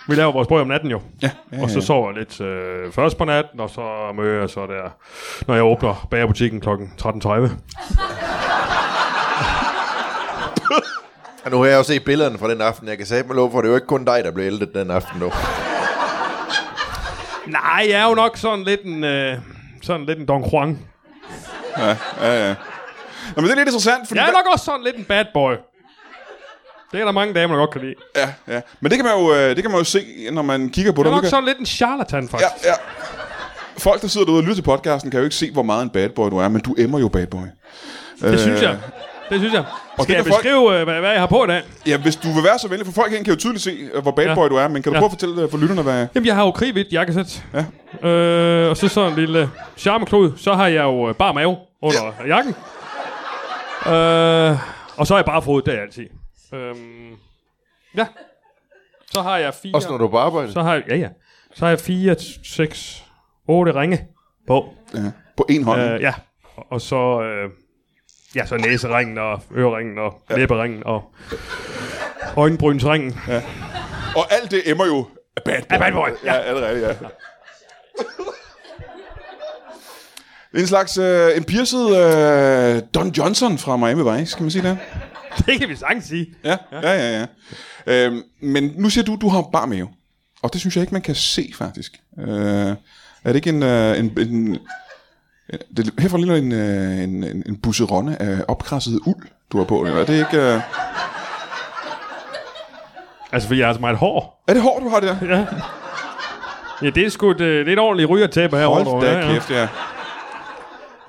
B: vi laver vores brød om natten jo.
A: Ja, ja,
B: Og så
A: ja.
B: sover jeg lidt øh, først på natten, og så møder jeg så der, når jeg åbner bagerbutikken kl. 13.30.
C: Og nu har jeg jo set billederne fra den aften. Jeg kan sige mig lov for, det er jo ikke kun dig, der blev ældet den aften nu.
B: Nej, jeg er jo nok sådan lidt en, øh, sådan lidt en Don Juan.
A: Nå, men det er lidt interessant, fordi...
B: Jeg er nok også sådan lidt en bad boy. Det er der mange damer, der godt kan lide.
A: Ja, ja. Men det kan, man jo, øh, det kan man jo se, når man kigger på
B: Jeg
A: dig.
B: er
A: Du
B: nok
A: kan-
B: sådan lidt en charlatan, faktisk.
A: Ja, ja. Folk, der sidder derude og lytter til podcasten, kan jo ikke se, hvor meget en bad boy du er, men du emmer jo bad boy.
B: Det synes jeg. Det synes jeg. Skal
A: det
B: jeg
A: kan folk-
B: beskrive, øh, hvad, hvad jeg har på i dag?
A: Ja, hvis du vil være så venlig, for folk herinde kan jo tydeligt se, øh, hvor bad
B: Ja.
A: boy du er, men kan du
B: Ja.
A: prøve at fortælle øh, for lytterne, hvad...
B: Jamen, jeg har jo kridhvidt jakkesæt.
A: Ja.
B: Øh, og så sådan en lille charmeklud. Så har jeg jo øh, bare mave under jakken. Øh, og så har jeg bare fået det er jeg altid. Øhm, ja. Så har jeg fire...
C: Også når du er på arbejde.
B: Så har jeg, ja, ja. Så har jeg fire, seks, otte ringe på.
A: Ja. På en hånd.
B: Øh, ja. Og- Og så... Øh, ja, så næseringen og øreringen og ja. læberingen og øjenbrynsringen. Ja.
A: Og alt det emmer jo af bad boy.
B: Af bad boy, ja.
A: ja allerede, ja. en slags øh, en pierced øh, Don Johnson fra Miami Vice, kan man sige det?
B: Det kan vi sagtens sige.
A: Ja, ja, ja. ja. Øhm, men nu siger du, du har bar mave. Og det synes jeg ikke, man kan se, faktisk. Øh, er det ikke en... Øh, en, en, en det, herfra ligner en, øh, en, en, en busseronde af opkrasset uld, du har på. Eller er det ikke... Øh,
B: Altså, fordi jeg har så meget hår.
A: er det hår, du har der?
B: Ja. Ja, det er sgu et, øh, det er et ordentligt rygertæppe her.
A: Hold da
B: ja, ja.
A: kæft, ja.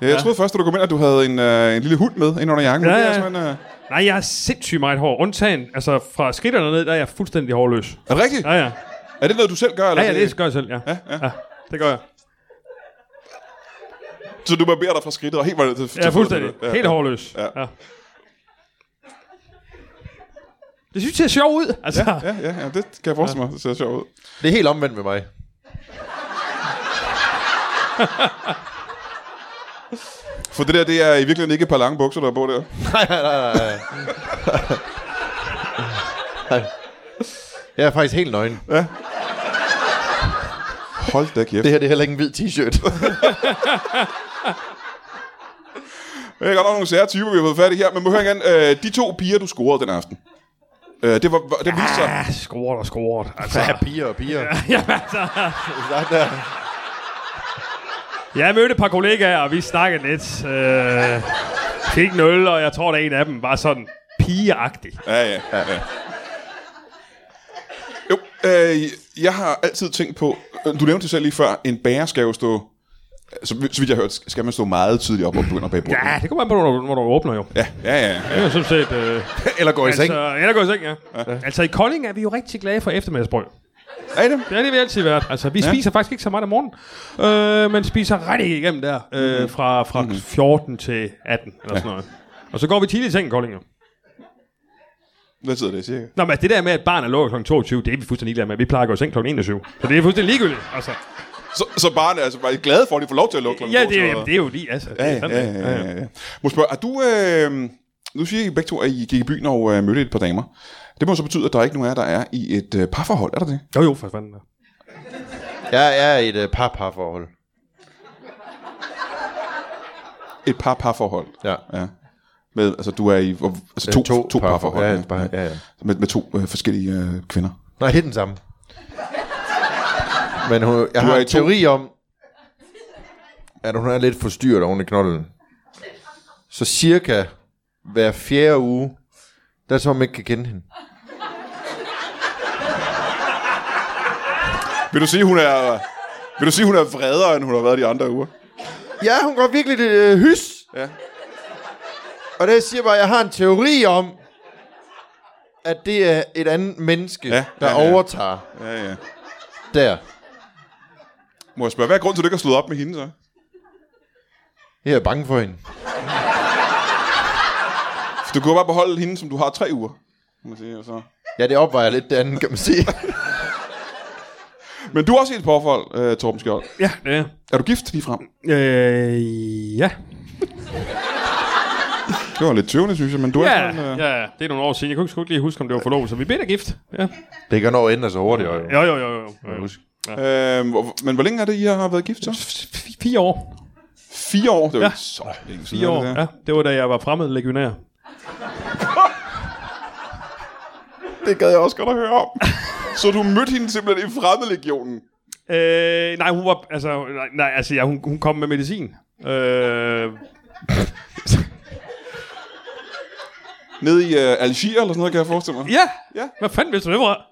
A: Ja, jeg troede først, da du kom ind, at du havde en, øh, en lille hund med ind under jakken.
B: Ja,
A: Ja, ja. Det er,
B: ja.
A: simpelthen, øh,
B: Nej, jeg har sindssygt meget hår. Undtagen, altså fra skridterne ned, der er jeg fuldstændig hårløs.
A: er det rigtigt?
B: Ja, ja.
A: Er det noget, du selv gør?
B: Ja,
A: Eller
B: ja,
A: er
B: det gør jeg selv, ja. Ja, ja. det gør jeg.
A: Så du barberer dig fra skridtet og helt var ned til, til
B: Ja,
A: foden?
B: fuldstændig.
A: Ja,
B: Helt
A: ja.
B: hårløs.
A: Ja.
B: Ja. ja. Det synes jeg er sjovt ud. Altså, ja, ja.
A: Ja, ja, ja, det kan jeg forestille mig. Det ser sjovt ud.
C: Det er helt omvendt med mig.
A: For det der, det er i virkeligheden ikke et par lange bukser, der er på der.
C: Nej, nej, nej, nej. Nej. Jeg er faktisk helt nøgen.
A: Hold da kæft.
C: Det her det er heller ikke en hvid t-shirt.
A: Jeg ved godt, der er nogle sære typer, vi har fået fat i her, men må jeg høre igen. Øh, de to piger, du scorede den aften. Øh, det, var, var- det viste sig...
B: Ah, skruer og skruer. Altså,
C: Der er piger og piger.
B: jamen, altså,
C: Der, er der.
B: jeg mødte et par kollegaer, og vi snakkede lidt. Øh, fik en øl, og jeg tror, at en af dem var sådan pigeagtig.
A: Ja, ja, ja. Jo, øh, jeg har altid tænkt på... øh, Du nævnte det selv lige før. En bager skal jo stå... Så, så vidt jeg har hørt, skal man stå meget tidligt op og begynde at bage brød.
B: Ja, det kommer an på, når du, når du åbner jo.
A: Ja, ja, ja.
B: Det
A: ja.
B: er sådan set... Øh,
C: Eller går i seng.
B: altså, eller går i seng, ja. ja. Altså, i Kolding er vi jo rigtig glade for eftermiddagsbrød.
A: Er det?
B: Ja, det har vi altid været. Altså, vi ja. spiser faktisk ikke så meget om morgenen, øh, men spiser ret igennem der,
A: Mhm.
B: øh, fra, fra mm-hmm. 14 til 18, eller sådan noget. Og så går vi tidligt i seng, Kolding jo.
A: Hvad sidder det, cirka?
B: Nå, men altså, det der med, at barn er lukket kl. 22, det er vi fuldstændig ligeglade med. Vi plejer at gå i seng kl. 21. Så det er fuldstændig ligegyldigt. Altså,
A: Så, så barnet er altså bare glade for, at de får lov til at lukke klokken
B: ja,
A: to,
B: det,
A: så-
B: er- jamen, det er jo lige, altså. det er
A: Ja,
B: sådan,
A: ja,
B: det er.
A: ja, ja, ja. Må jeg spørge, er du... Øh, nu siger I begge to, at I gik i byen og øh, mødte et par damer. Det må så betyde, at der er ikke nogen af jer, der er i et øh, parforhold, er der det?
B: Jo, jo, for fanden. da.
C: Jeg er i et uh, par-par forhold.
A: Et par parforhold.
C: Ja.
A: Ja. Med, altså, du er i hvor- altså, to, to, to parforhold.
C: Øh, Ja, et par, ja, ja.
A: Med, med to øh, forskellige øh, kvinder.
C: Nej, helt den samme. Men hun, jeg
A: Du
C: har
A: er i
C: en
A: to.
C: teori om, at hun er lidt forstyrret oven i knolden. Så cirka hver fjerde uge, der er som om, man ikke kan kende hende.
A: Vil du sige, hun er... Vil du sige, hun er vredere, end hun har været de andre uger?
C: Ja, hun går virkelig lidt øh, hys.
A: Ja.
C: Og det siger bare, at jeg har en teori om, at det er et andet menneske,
A: Ja,
C: ja, der
A: ja,
C: ja,
A: ja.
C: overtager
A: Ja, ja.
C: ja. der.
A: Må jeg spørge, hvad er grunden til, at du ikke har slået op med hende, så?
C: Jeg er bange for hende.
A: For du kunne jo bare beholde hende, som du har tre uger. Må man sige, og så.
C: Ja, det opvejer lidt det andet, kan man sige.
A: Men du er også i et parforhold, øh, Torben Skjold.
B: Ja, det er.
A: Er du gift lige frem?
B: Øh, ja.
A: Det var lidt tøvende, synes jeg, men du er
B: Ja,
A: sådan... Øh...
B: ja, det er nogle år siden. Jeg kunne sgu ikke lige huske, om det var forlovet, så vi blev da gift. Ja.
C: det kan nå at ændre sig hurtigt. Jo.
B: Jo, jo, jo, jo. jo.
A: Øh, hvor- men hvor længe er det, I har været gift så?
B: F- Fire år.
A: Fire år? Det var
B: Ja.
A: ja. så længe siden.
B: Fire år,
A: er det der?
B: ja. Det var da jeg var fremmed legionær.
A: Det gad jeg også godt at høre om. så du mødte hende simpelthen i fremmedlegionen.
B: Øh, nej, hun var, altså, nej, nej, altså, ja, hun, hun kom med medicin. Øh,
A: Nede i øh, Algier eller sådan noget, kan jeg forestille mig.
B: ja,
A: Ja.
B: hvad fanden vidste du det var?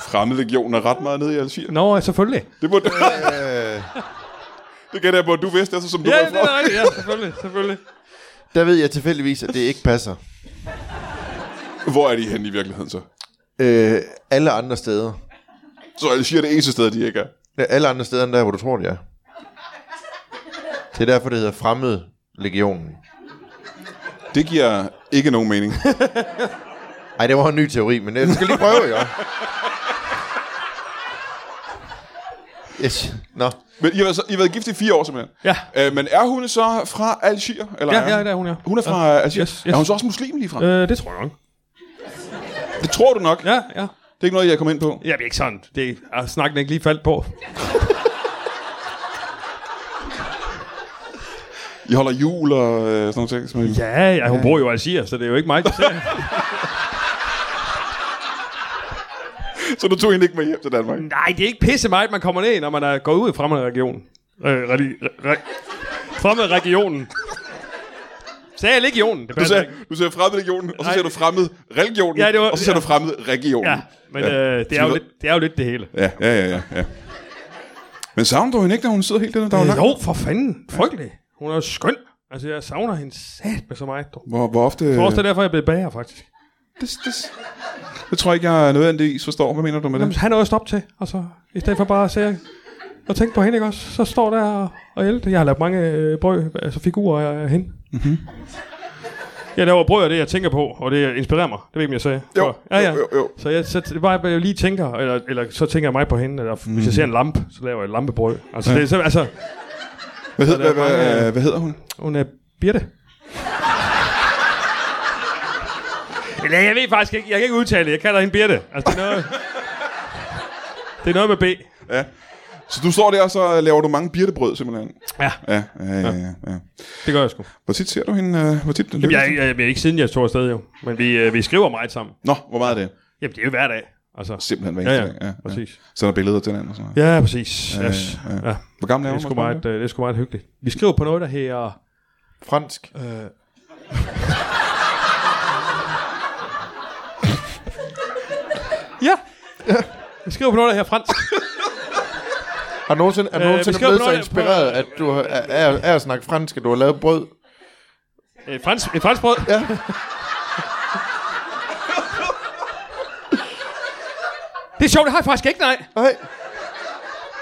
A: Fremmedlegionen er ret meget nede i Algier.
B: Nå, ja, selvfølgelig.
A: Det, må, det,
C: Øh,
A: det gætter jeg på, at du vidste, altså, som du
B: Ja,
A: var
B: det er
A: fra.
B: rigtigt, ja, selvfølgelig, selvfølgelig.
C: der ved jeg tilfældigvis, at det ikke passer.
A: Hvor er de henne i virkeligheden så?
C: Øh, alle andre steder.
A: Så Algier er det eneste sted, de ikke er.
C: Ja, alle andre steder end der, hvor du tror, det er. Det er derfor, det hedder Fremmed Legionen.
A: Det giver ikke nogen mening.
C: Ej, det var en ny teori, men jeg skal lige prøve, jo. Yes. Nå.
A: Men I har, været så, I har været gift i fire år simpelthen.
B: Ja.
A: Øh, men er hun så fra Algier? Eller
B: Ja,
A: er
B: ja, det er hun, ja.
A: Hun er fra ja. Algier.
B: Yes, yes.
A: Er hun så også muslim lige fra? Ja.
B: Øh, det tror jeg nok.
A: Det tror du nok. Ja.
B: Ja, ja.
A: Det er ikke noget, jeg er kommet ind på.
B: Jeg er ikke sådan. Det er snakken ikke lige faldt på.
A: I holder jul og øh, sådan nogle ting. Som I... ja.
B: Ja, ja, hun bor jo i Algier, så det er jo ikke mig, der ser.
A: Så du tog hende ikke med hjem til Danmark?
B: Nej, det er ikke pisse meget, man kommer ned, når man er gået ud i fremmede regionen. Øh, reli- re- re- fremmede regionen. Sagde jeg legionen? Det
A: Du
B: passer
A: sagde,
B: ikke.
A: du sagde fremmed legionen, og så
B: Nej.
A: sagde du fremmed religionen,
B: Ja, det var-
A: og så sagde
B: ja.
A: du fremmed regionen.
B: Ja, men ja. Øh, det, er jo lidt, det er jo lidt det hele.
A: Ja, ja, ja, ja. ja. Men savner du hende ikke, da hun sidder helt denne dag?
B: Øh,
A: Øh,
B: jo, for fanden. Frygtelig. Hun er jo skøn. Altså, jeg savner hende sat med så meget. Du.
A: hvor, hvor ofte...
B: Det er også derfor, jeg blev bager, faktisk.
A: det, det, det, tror jeg ikke, jeg er nødvendigvis forstår. Hvad mener du med det?
B: Jamen, han er også stoppet til. Altså, i stedet for bare at se og tænke på hende, ikke også? Så står der og, og hjælper. Jeg har lavet mange øh, brød, altså figurer af hende. Mm-hmm.
A: Mhm.
B: Jeg laver brød af det, jeg tænker på, og det inspirerer mig. Det ved jeg, om jeg sagde.
A: Jo,
B: før. ja, ja.
A: jo, jo, jo.
B: Så, jeg, så det er bare, at jeg lige tænker, eller, eller så tænker jeg mig på hende, eller
A: Mhm.
B: mm. hvis jeg ser en lampe, så laver jeg et lampebrød. Altså, ja. det er simpelthen, altså,
A: Hvad, hed,
B: der er
A: hvad, hvad,
B: mange- øh-
A: hvad hedder hun?
B: Hun er Birte. Eller jeg ved faktisk ikke, jeg kan ikke udtale det. Jeg kalder hende Birte. Altså, det er noget... det er noget med B.
A: Ja. Så du står der, og så laver du mange birtebrød, simpelthen.
B: Ja.
A: Ja, ja, ja. ja. ja.
B: Det gør jeg sgu.
A: Hvor tit ser du hende? øh, Hvor tit den
B: Jamen, jeg, jeg, jeg, jeg, ikke siden jeg tog afsted, jo. Men vi, øh, vi skriver meget sammen.
A: Nå, hvor meget er det?
B: Jamen, det er jo hver dag. Altså.
A: Simpelthen hver
B: ja,
A: eneste
B: ja,
A: dag. Ja, ja.
B: præcis.
A: Sender billeder til hinanden og sådan noget.
B: Ja, præcis. Ja, yes.
A: ja.
B: ja.
A: Hvor gammel er
B: Det
A: hun?
B: er,
A: måske?
B: sgu meget, øh, det er sgu meget hyggeligt. Vi skriver på noget, der her...
C: Fransk.
B: Ja! Vi skriver på noget, der her fransk.
C: Har du nogensinde, er du
B: Øh,
C: nogensinde
B: vi skal
C: blevet
B: på
C: så
B: noget-
C: inspireret, at du har- er, er, er at snakke fransk, at du har lavet brød?
B: Øh, fransk, et fransk brød?
C: Ja.
B: Det er sjovt, det har jeg faktisk ikke, nej.
C: Nej.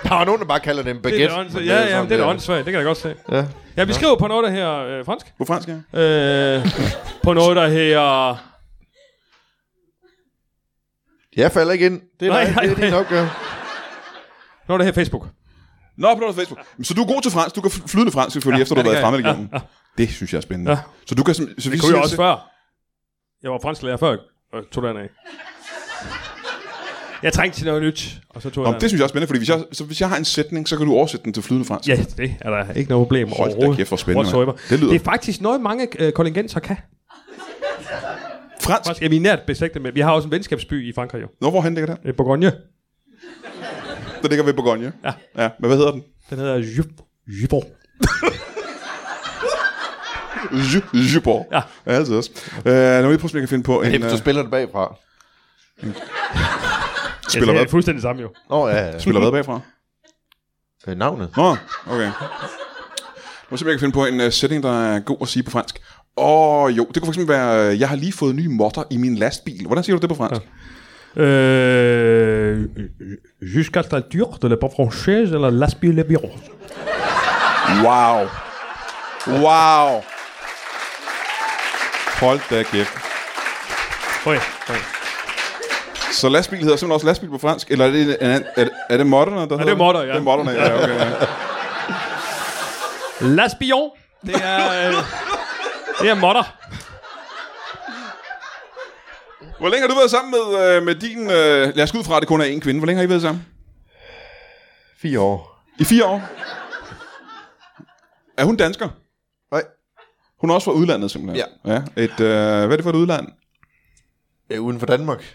C: Der er nogen, der bare kalder det en
B: Det er
C: baguette.
B: da åndssvagt.
C: men
B: Ja, ja,
C: sådan,
B: men det er da åndssvagt. Det kan jeg godt se.
C: Ja.
B: Ja, vi skriver på noget, der her øh, fransk.
A: På fransk, ja.
B: Øh, på noget, der her...
C: Jeg falder ikke ind. Det er,
B: Nej,
C: nej,
B: nej,
C: nej, det er din
B: nej.
C: opgave.
B: Noget, der her Facebook.
A: Nå, på noget af Facebook. Så du er god til fransk. Du kan fly- flydende fransk, selvfølgelig, ja, efter du
B: ja,
A: har
B: det
A: været
B: kan
A: fremme i
B: jeg.
A: ja, ja. Det synes jeg er spændende. Ja.
B: Ja.
A: Så du kan... sim- Så vi
B: Det kunne
A: siger
B: jeg også
A: til-
B: før. Jeg var fransklærer før, jeg tog den af. Jeg trængte til noget nyt, og så tog
A: Nå,
B: jeg
A: men
B: den.
A: det synes jeg også er spændende, fordi hvis jeg, så hvis jeg har en sætning, så kan du oversætte den til flydende fransk.
B: Ja, det er der ikke noget problem
A: Hold da
B: overhovedet.
A: kæft, hvor spændende, mand.
B: whatsoever.
A: Det lyder-
B: det er faktisk noget, mange øh, kollegenser kan.
A: Fransk?
B: Fransk, ja, vi er nært beslægtet med. Vi har også en venskabsby i Frankrig, jo.
A: Nå, hvor han ligger der?
B: Øh, Bourgogne.
A: Der ligger ved Bourgogne.
B: Ja.
A: ja. Men hvad hedder den?
B: Den hedder Jyp. Jyborg.
A: J- Jyborg.
B: Ja.
A: ja altså også. Øh, nu må jeg prøve, om jeg kan finde på en...
C: Hvis du
A: Øh,
C: spiller det bagfra.
A: Spiller
B: ja, det
A: hvad?
B: er fuldstændig samme, jo.
C: Nå, ja. ja.
A: spiller hvad bagfra?
C: Øh, Navnet.
A: Nå, okay. Nu må jeg kan finde på en uh, sætning, der er god at sige på fransk. Åh jo, det kunne for eksempel være, øh, jeg har lige fået nye modder i min lastbil. Hvordan siger du det på fransk? Ja.
B: Øh, jusqu'à la dure de la part française eller l'aspire le bureau.
A: Wow. Wow. Hold da kæft.
B: Okay. okay.
A: Så lastbil hedder simpelthen også lastbil på fransk? Eller er det, en, anden- er, det- er det modderne, der ja,
B: det er modder, ja.
A: Det er modderne, ja. Okay, ja.
B: L'aspion. Det er... Øh, det er modder.
A: Hvor længe har du været sammen med, øh, med din... Øh, lad os gå ud fra, at det kun er én kvinde. Hvor længe har I været sammen?
C: Fire år.
A: I fire år? Er hun dansker?
C: Nej.
A: Hun er også fra udlandet, simpelthen. Ja. ja. Et, øh, hvad er det for et udland?
C: Øh, uden for Danmark.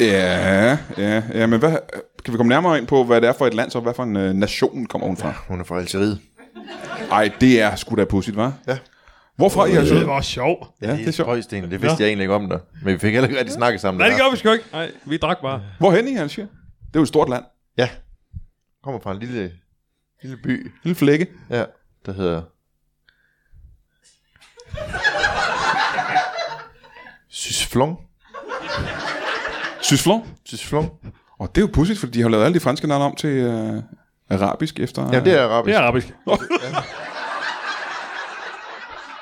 A: Ja, ja, ja. Men hvad, kan vi komme nærmere ind på, hvad det er for et land, så hvad for en øh, nation kommer hun fra?
C: Hun er fra Algeriet.
A: Ej, det er sgu da pudsigt, hva'?
C: Ja.
A: Hvorfra er I altså?
B: var sjovt.
A: Ja, det er sjovt.
C: Højst egentlig. Det vidste jeg egentlig ikke om dig. Men vi fik heller ikke rigtig snakket sammen.
B: Nej,
C: den
B: det gør vi sgu ikke. Nej, vi drak bare.
A: Hvorhen i Alger? Det er jo et stort land.
C: aften. Ja. Kommer fra en lille, lille by.
A: Lille flække.
C: Ja. Der hedder... Sysflon.
A: Syslon.
C: Sysflon.
A: Og det er jo pudsigt, fordi de har lavet alle de franske navne om til øh, arabisk efter...
C: Ja, det er
B: Det
C: arabisk.
B: er arabisk.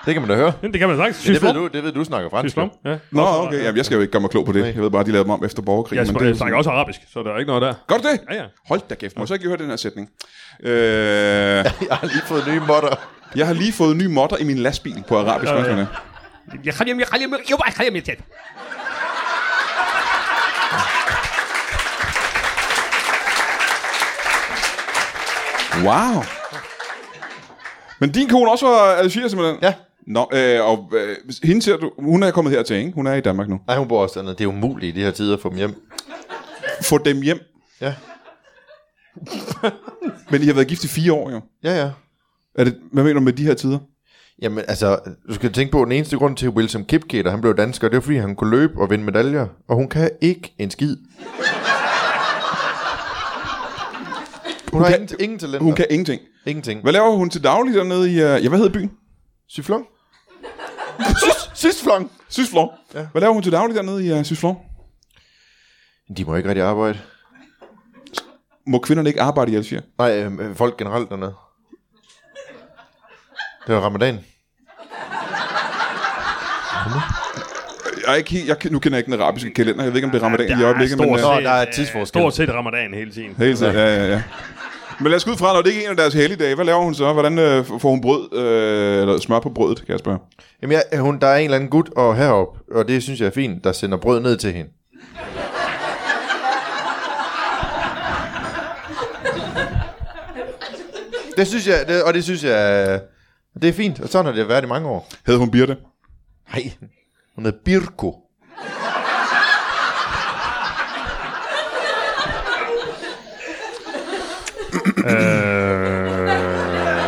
C: Det kan man da høre.
B: Jamen, Det kan man sagtens.
C: Det ved du, det ved du snakker fransk.
B: Syslom.
C: jo.
B: Ja.
A: Nå, okay. Jamen, jeg skal jo ikke gøre mig klog på det. Jeg ved bare, at de lavede dem om efter borgerkrigen.
B: Jeg,
A: men
B: sp-
A: det er
B: jeg
A: jo sådan-
B: snakker også arabisk, så der er ikke noget der.
A: Gør du det?
B: Ja, ja.
A: Hold da kæft, må jeg så ikke høre den her sætning? Øh,
C: Jeg har lige fået nye modder.
A: jeg har lige fået nye modder i min lastbil på arabisk.
B: Ja, ja.
A: Ja, ja.
B: Jeg kan hjem, jeg kan hjem, jeg kan hjem, jeg kan hjem.
A: Wow. Men din kone også var Algier, simpelthen?
C: Ja.
A: Nå, øh, og øh, hende ser du, hun er kommet hertil, ikke? Hun er i Danmark nu.
C: Nej, hun bor også dernede. Det er umuligt i de her tider at få dem hjem.
A: Få dem hjem.
C: Ja.
A: Men I har været gift i fire år, jo.
C: Ja, ja.
A: Er det, hvad mener du med de her tider?
C: Jamen, altså, du skal tænke på, at den eneste grund til, at Wilson Kipketer, han blev dansker, det var, fordi han kunne løbe og vinde medaljer, og hun kan ikke en skid. Hun har
A: kan-
C: ingen, ingen talenter.
A: Hun kan ingenting.
C: Ingenting.
A: Hvad laver hun til daglig dernede i... øh, Ja, hvad hedder byen?
C: Syflon? Sysflon?
A: Sysflor. Ja.
C: Ja.
A: Hvad laver hun til daglig dernede i uh, Sysflor?
C: De må ikke rigtig arbejde.
A: Må kvinderne ikke arbejde i Algier?
C: Nej, øh, øh, folk generelt dernede. Det var ramadan.
A: Jeg er ikke, helt- jeg, nu kender jeg ikke den arabiske kalender. Jeg ved ikke, om det er ramadan
B: der
A: i øjeblikket.
B: er
A: Men,
B: stort
A: uh,
C: Nå,
B: set,
C: der er
B: øh,
C: tidsforskel.
B: Stort set ramadan hele tiden.
A: hele tiden. Ja, ja, ja. Men lad os gå ud fra, når det ikke er en af deres helligdage. Hvad laver hun så? Hvordan øh, får hun brød, øh, eller smør på brødet, kan jeg spørge?
C: Jamen, jeg, hun, der er en eller anden gut og herop, og det synes jeg er fint, der sender brød ned til hende. Det synes jeg, det, og det synes jeg, øh, det er fint, og sådan har det været i mange år.
A: Hed hun Birte?
C: Nej, hun hedder Birko.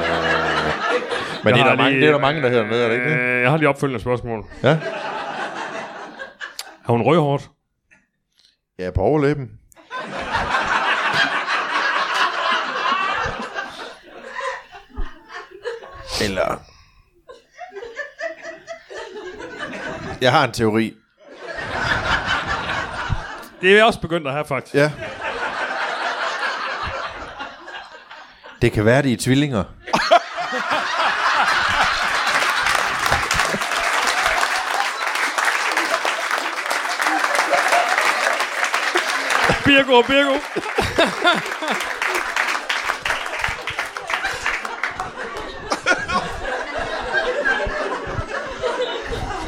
C: øh... Men det er,
B: har
C: der mange,
B: lige-
C: det er der mange, der hedder med, er det ikke det?
B: Øh, jeg har lige opfølgende spørgsmål.
C: Ja,
B: Har hun rødhårdt?
C: ja på overlæben. Eller... Jeg har en teori.
B: Det er jeg også begyndt at have, faktisk.
C: Ja. Det kan være, de er tvillinger.
B: Birgo og Birgo.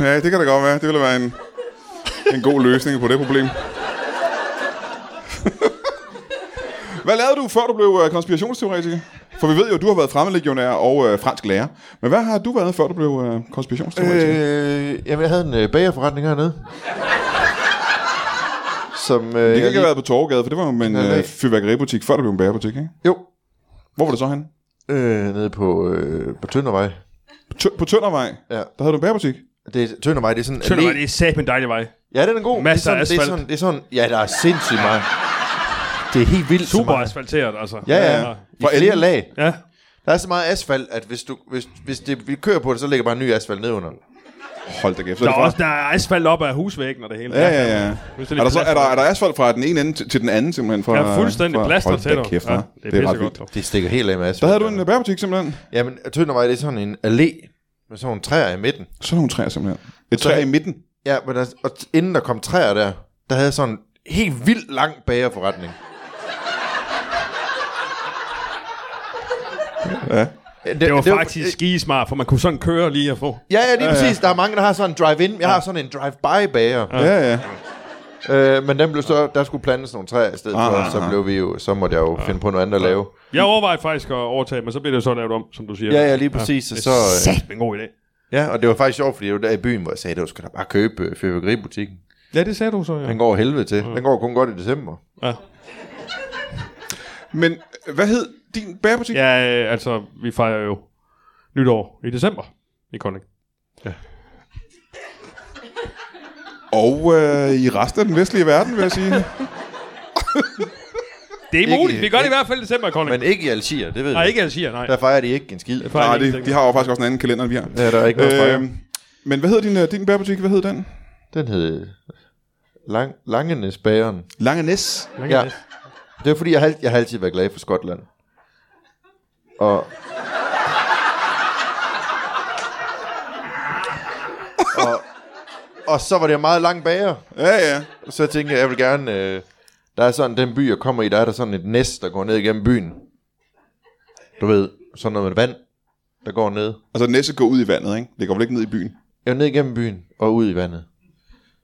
A: Ja, det kan da godt være. Det ville være en, en god løsning på det problem. Hvad lavede du, før du blev øh, konspirationsteoretiker? For vi ved jo, at du har været fremmedlegionær og øh, fransk lærer. Men hvad har du været, før du blev øh, konspirationsteoretiker? Øh.
C: Øh, jamen, jeg havde en øh, bagerforretning hernede. som,
A: Det
C: øh,
A: kan
C: jeg
A: ikke
C: lige-
A: have været på Torvegade, for det var jo en
C: Nej, nej.
A: øh, fyrværkeributik, før du blev en bagerbutik, ikke?
C: Jo,
A: Hvor var det så han?
C: øh, nede på, øh, på Tøndervej.
A: På Tøndervej?
C: Ja.
A: Der havde du en bagerbutik?
C: Det er, Tøndervej, det er sådan... en
B: Tønder,
C: allé-
B: var det er sat en dejlig vej.
C: Ja, den er god.
B: Masser
C: det er
B: af
C: sådan, det er
B: asfalt.
C: sådan, det er sådan, ja, der er sindssygt meget. Det er helt vildt så
B: Super
C: meget.
B: asfalteret, altså.
C: Ja, ja.
B: ja.
A: For
C: I flere
A: enden.
C: lag.
B: ja.
C: Der er så meget asfalt, at hvis, du, hvis, hvis det, vi kører på det, så lægger bare ny asfalt nedenunder.
A: Hold da kæft. så
B: Der
A: det
B: er
A: fra-
B: også der er asfalt op af husvæggen og det hele.
A: Ja, ja, ja.
B: Hvis
A: Er
B: det er lidt
A: der, så, er, der,
B: plads-
A: er der asfalt fra den ene ende til, til den anden, simpelthen? Fra,
B: Ja, fuldstændig
A: fra-
B: plaster
A: hold
B: til
A: da
B: dig.
A: Kæft,
B: Ja,
A: ja,
B: det er,
A: ret
B: pissegodt.
A: vildt.
B: dog.
C: Det stikker helt af med asfalt.
A: Der havde du en øh, bagerbutik, simpelthen?
C: Jamen, Tøndervej, det er sådan en allé med sådan nogle træer i midten.
A: Sådan nogle træer, simpelthen. Et træ i midten.
C: Ja, men der, og t- inden der kom træer der, der havde jeg sådan en helt vildt lang bagerforretning. Ja.
B: Det var faktisk skismart, for man kunne sådan køre lige og få.
C: Ja, ja, lige præcis. Der er mange, der har sådan en drive-in. Jeg har sådan en drive-by-bager.
A: Ja, ja.
C: Øh, men den blev så, der skulle plantes nogle træer i stedet
A: Ah,
C: for,
A: ah,
C: ah, så
A: ah.
C: blev vi jo, så måtte jeg
B: Ah.
C: jo finde på noget andet at lave.
B: Jeg overvejede faktisk at overtage, men så blev det jo så lavet om, som du siger.
C: Ja, ja, lige præcis.
B: Ah.
C: og, så, øh,
B: Det er en god idé.
C: ja, og det var faktisk sjovt, fordi det var der i byen, hvor jeg sagde, du skal da bare købe øh, fyrværkeributikken.
B: Ja, det sagde du så, ja.
C: Den går helvede til.
B: Mm.
C: Den går kun godt i december.
B: ja.
A: Men øh, hvad hed din bagerbutik?
B: Ja, øh, altså, vi fejrer jo nytår i december i Kolding.
A: Og øh, i resten af den vestlige verden, vil jeg sige.
B: Det er
C: Ikke-
B: muligt. Vi gør det i hvert fald i december i Kolding.
C: Men ikke i Algier, det ved
B: Nej,
C: jeg.
B: ikke Algier, nej.
C: Der fejrer de ikke en skid.
B: fejrer
A: Nej,
B: de
A: det,
B: ikke.
A: de har jo faktisk også en anden kalender, end vi har.
C: Ja, der er ikke noget at fejre.
A: Øhm, men hvad hed din, øh, din bagerbutik? Hvad hed den?
C: Den hed Lang, Langenesbageren.
A: Lange Næs.
B: Lange
C: Ja.
B: næs.
C: Det er fordi, jeg har, alt- jeg har altid været glad for Skotland. Og... og, og så var det meget lang bager.
A: Ja, ja.
C: Så jeg tænkte, jeg vil gerne... Øh, der er sådan den by, jeg kommer i, der er der sådan et næst, der går ned igennem byen. Du ved, sådan noget med vand, der går ned.
A: Altså Næsset går ud i vandet, ikke? Det går vel ikke ned i byen.
C: Jeg ned igennem byen og ud i vandet.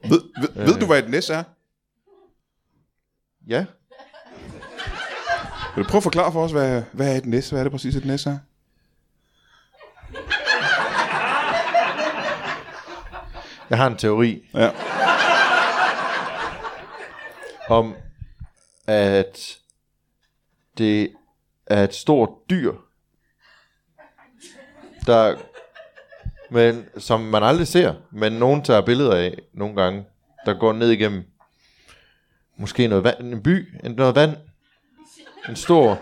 A: Ved, ved, ved du, hvad et næs er?
C: Ja,
A: Vil du prøve at forklare for os, hvad, hvad er et næs? Hvad er det præcis, et næs er?
C: jeg har en teori
A: Ja.
C: om, at det er et stort dyr, der, men, som man aldrig ser, men nogen tager billeder af nogle gange, der går ned igennem måske noget vand, en by, en- noget vand, en stor,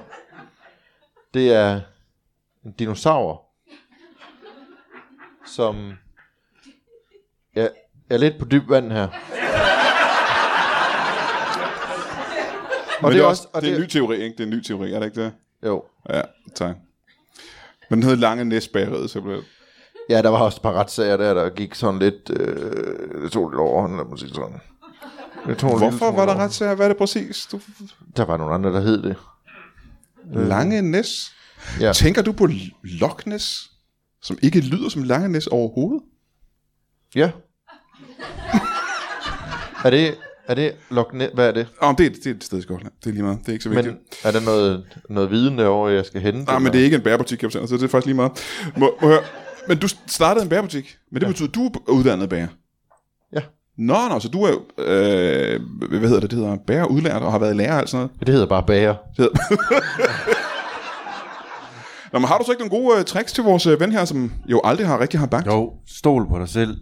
C: det er en dinosaur, som, jeg, jeg er lidt på dyb vand her.
A: Men
C: det er også- og
A: det er en
C: det-
A: ny teori, ikke? Det er en ny teori, er det ikke det?
C: Jo.
A: Ja, tak. Men den hed Lange Næs Bageriet, simpelthen.
C: Ja, der var også et par retssager der, der gik sådan lidt... Øh, det tog lidt overhånd, lad mig sige sådan. Det tog en lille
A: Hvorfor
C: smule
A: var der
C: overhånd.
A: ret til Hvad er det præcis? Du...
C: Der var nogle andre, der hed det.
A: Lange Næs?
C: Ja.
A: Tænker du på L- Loch Ness, som ikke lyder som Lange Næs overhovedet?
C: ja. er det... Er det Loch Hvad er det?
A: Oh, det, er, det er et sted i Skotland. Det er lige meget. Det er ikke så vigtigt.
C: Men er der noget, noget viden derovre, jeg skal hente?
A: Nej, men det er ikke en bærbutik, kan jeg fortælle dig, så det er faktisk lige meget. Må, må høre. Men du startede en bærbutik, men det ja. betyder, at du er uddannet bager.
C: Ja.
A: Nå, nå, så du er, jo, øh, hvad hedder det, det hedder bager udlært og har været lærer og alt sådan noget.
C: Det hedder bare bager.
A: Det hedder... Nå, men har du så ikke nogle gode øh, tricks til vores øh, ven her, som jo aldrig har rigtig har bagt?
C: Jo, stol på dig selv.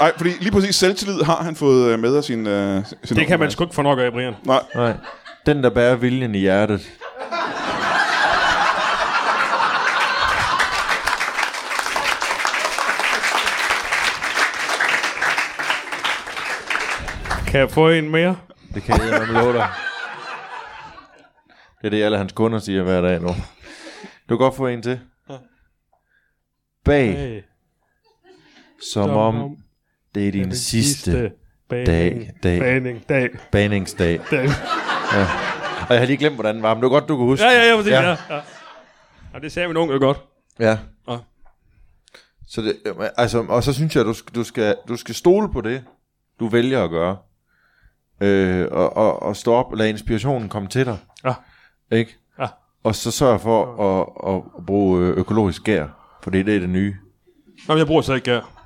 A: Nej, fordi lige præcis selvtillid har han fået øh, med af sin... Øh, sin
B: Det kan man sgu ikke få nok af, Brian.
A: Nej,
C: Nej. Den, der bærer viljen i hjertet.
B: Kan jeg få en mere?
C: Det kan jeg nemlig love dig. Det er det, alle hans kunder siger hver dag nu. Du kan godt få en til. Bag, som om det er din sidste dag, dag,
B: Baning, dag,
C: baningsdag.
B: dag.
C: Og jeg har lige glemt, hvordan den var, men det var godt, du kunne huske.
B: Ja, ja, ja, præcis,
C: Ja.
B: ja. ja. ja. Og det sagde min unge jo godt.
C: Ja.
B: Og-
C: Så det, jamen, altså, og så synes jeg, du skal, du, skal, du skal stole på det, du vælger at gøre. Øh, og, og, og stå op og lade inspirationen komme til dig.
B: Ja.
C: Ikke?
B: Ja.
C: Og så sørg for at, at, at bruge øh, økologisk gær, for det er det det nye.
B: Nå, men jeg bruger så ikke gær.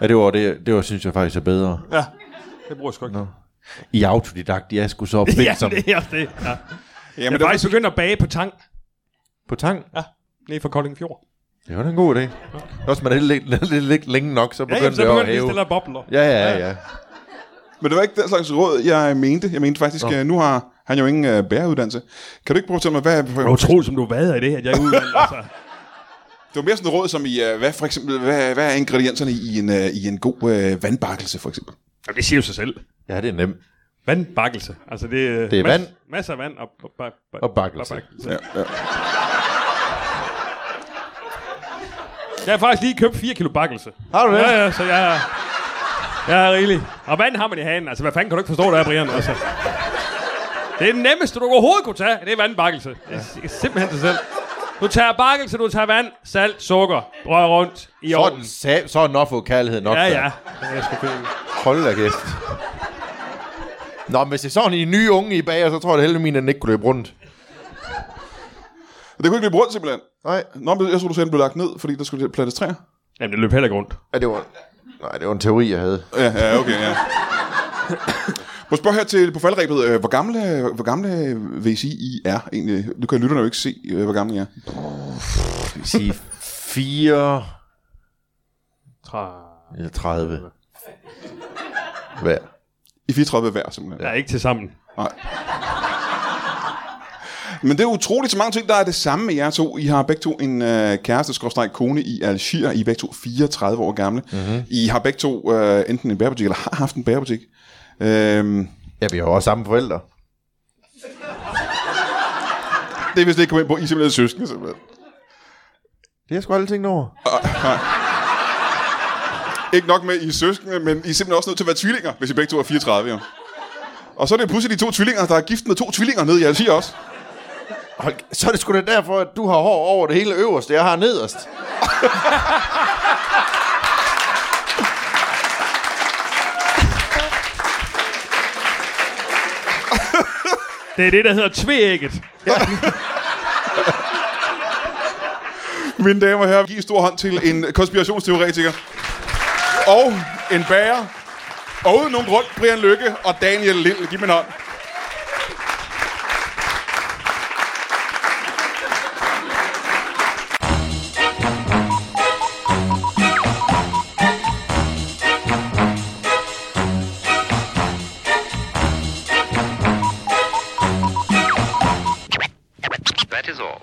C: Ja, det var det, det var, synes jeg faktisk er bedre.
B: Ja, jeg bruger sgu ikke. Nå.
C: I er autodidakt, de er sgu så fedt
B: Ja,
C: som
B: det er også det. Ja.
A: Jamen,
B: Jeg
A: det
B: er
A: er
B: faktisk begyndt at bage på tang.
C: på tang.
B: Ja, nede fra Kolding Fjord.
C: Det var da en god idé. Også man er lidt, lidt, lidt, lidt længe nok, så
B: Ja,
C: begynder
B: jamen, så
C: det at
B: begyndte vi
C: hæve.
B: stille at bobler.
C: Ja, ja, ja.
A: Men det var ikke den slags råd, jeg mente. Jeg mente faktisk, øh, nu har han jo ingen øh, bæreruddannelse. Kan du ikke prøve at fortælle mig, hvad... For,
B: Jeg utroligt, som du vader i det, at jeg er udvalgt. altså.
A: Det var mere sådan et råd, som i, øh, hvad, for eksempel, hvad, hvad er ingredienserne i en, øh, i en god øh, vandbakkelse, for eksempel?
B: Jamen, det siger jo sig selv.
C: Ja, det er nemt.
B: Vandbakkelse. Altså, det, øh,
C: Det er
B: mas-
C: vand.
B: Masser af vand og, og, bak- bak-
C: Og bakkelse.
A: Ja, ja.
B: Jeg har faktisk lige købt 4 kilo bakkelse.
C: Har du det?
B: Ja, ja, så jeg er... Jeg er rigelig. Og vand har man i hanen. Altså, hvad fanden kan du ikke forstå, der er, Brian? Altså. Det er det nemmeste, du overhovedet kunne tage. Det er vandbakkelse. Det er ja. simpelthen sig selv. Du tager bakkelse, du tager vand, salt, sukker, rør rundt i ovnen.
C: Sådan, sag, så er nok fået kærlighed nok.
B: Ja,
C: da.
B: ja. Det er sgu fint.
C: Hold da kæft. Nå, men hvis det er sådan, I er nye unge i bager, så tror jeg, at heldigvis, at den ikke kunne løbe rundt.
A: Og det kunne ikke blive brugt, simpelthen.
C: Nej,
A: Nå, men jeg tror, du sagde, den blev lagt ned, fordi der skulle plantes træer.
B: Jamen, det løb heller ikke rundt.
C: ja, det var, nej, det var en teori, jeg havde.
A: Ja, ja, okay, ja. Må jeg spørge her til på faldrebet, øh, hvor gamle, hvor gamle vil I sige, I er egentlig? Nu kan lytterne jo ikke se, øh, hvor gamle I er.
C: Skal vi sige 4
B: Tra-
C: eller 30? Hver.
A: I er 34 hver, simpelthen.
B: Ja, ikke til sammen.
A: Nej. Men det er utroligt så mange ting, der er det samme med jer to. I har begge to en øh, kæreste, skråstreg kone i Algier. I er begge to 34 år gamle. Mm-hmm. I har begge to øh, enten en bærbutik, eller har haft en bærbutik. Øhm,
C: Ja, vi har jo også samme forældre.
A: det er vist ikke kommet ind på. I er simpelthen søskende, simpelthen.
C: Det har jeg sgu aldrig tænkt over.
A: Ikke nok med, I er søskende, men I er simpelthen også nødt til at være tvillinger, hvis I begge to er 34, jo. Og så er det pludselig de to tvillinger, der er gift med to tvillinger nede i Algier også.
C: Hold, så er det sgu da derfor, at du har hår over det hele øverste, jeg har nederst.
B: Det er det, der hedder tvægget.
A: Mine damer og herrer, giv en stor hånd til en konspirationsteoretiker. Og en bager. Og uden nogen grund, Brian Lykke og Daniel Lind. Giv mig en hånd.
D: That is all.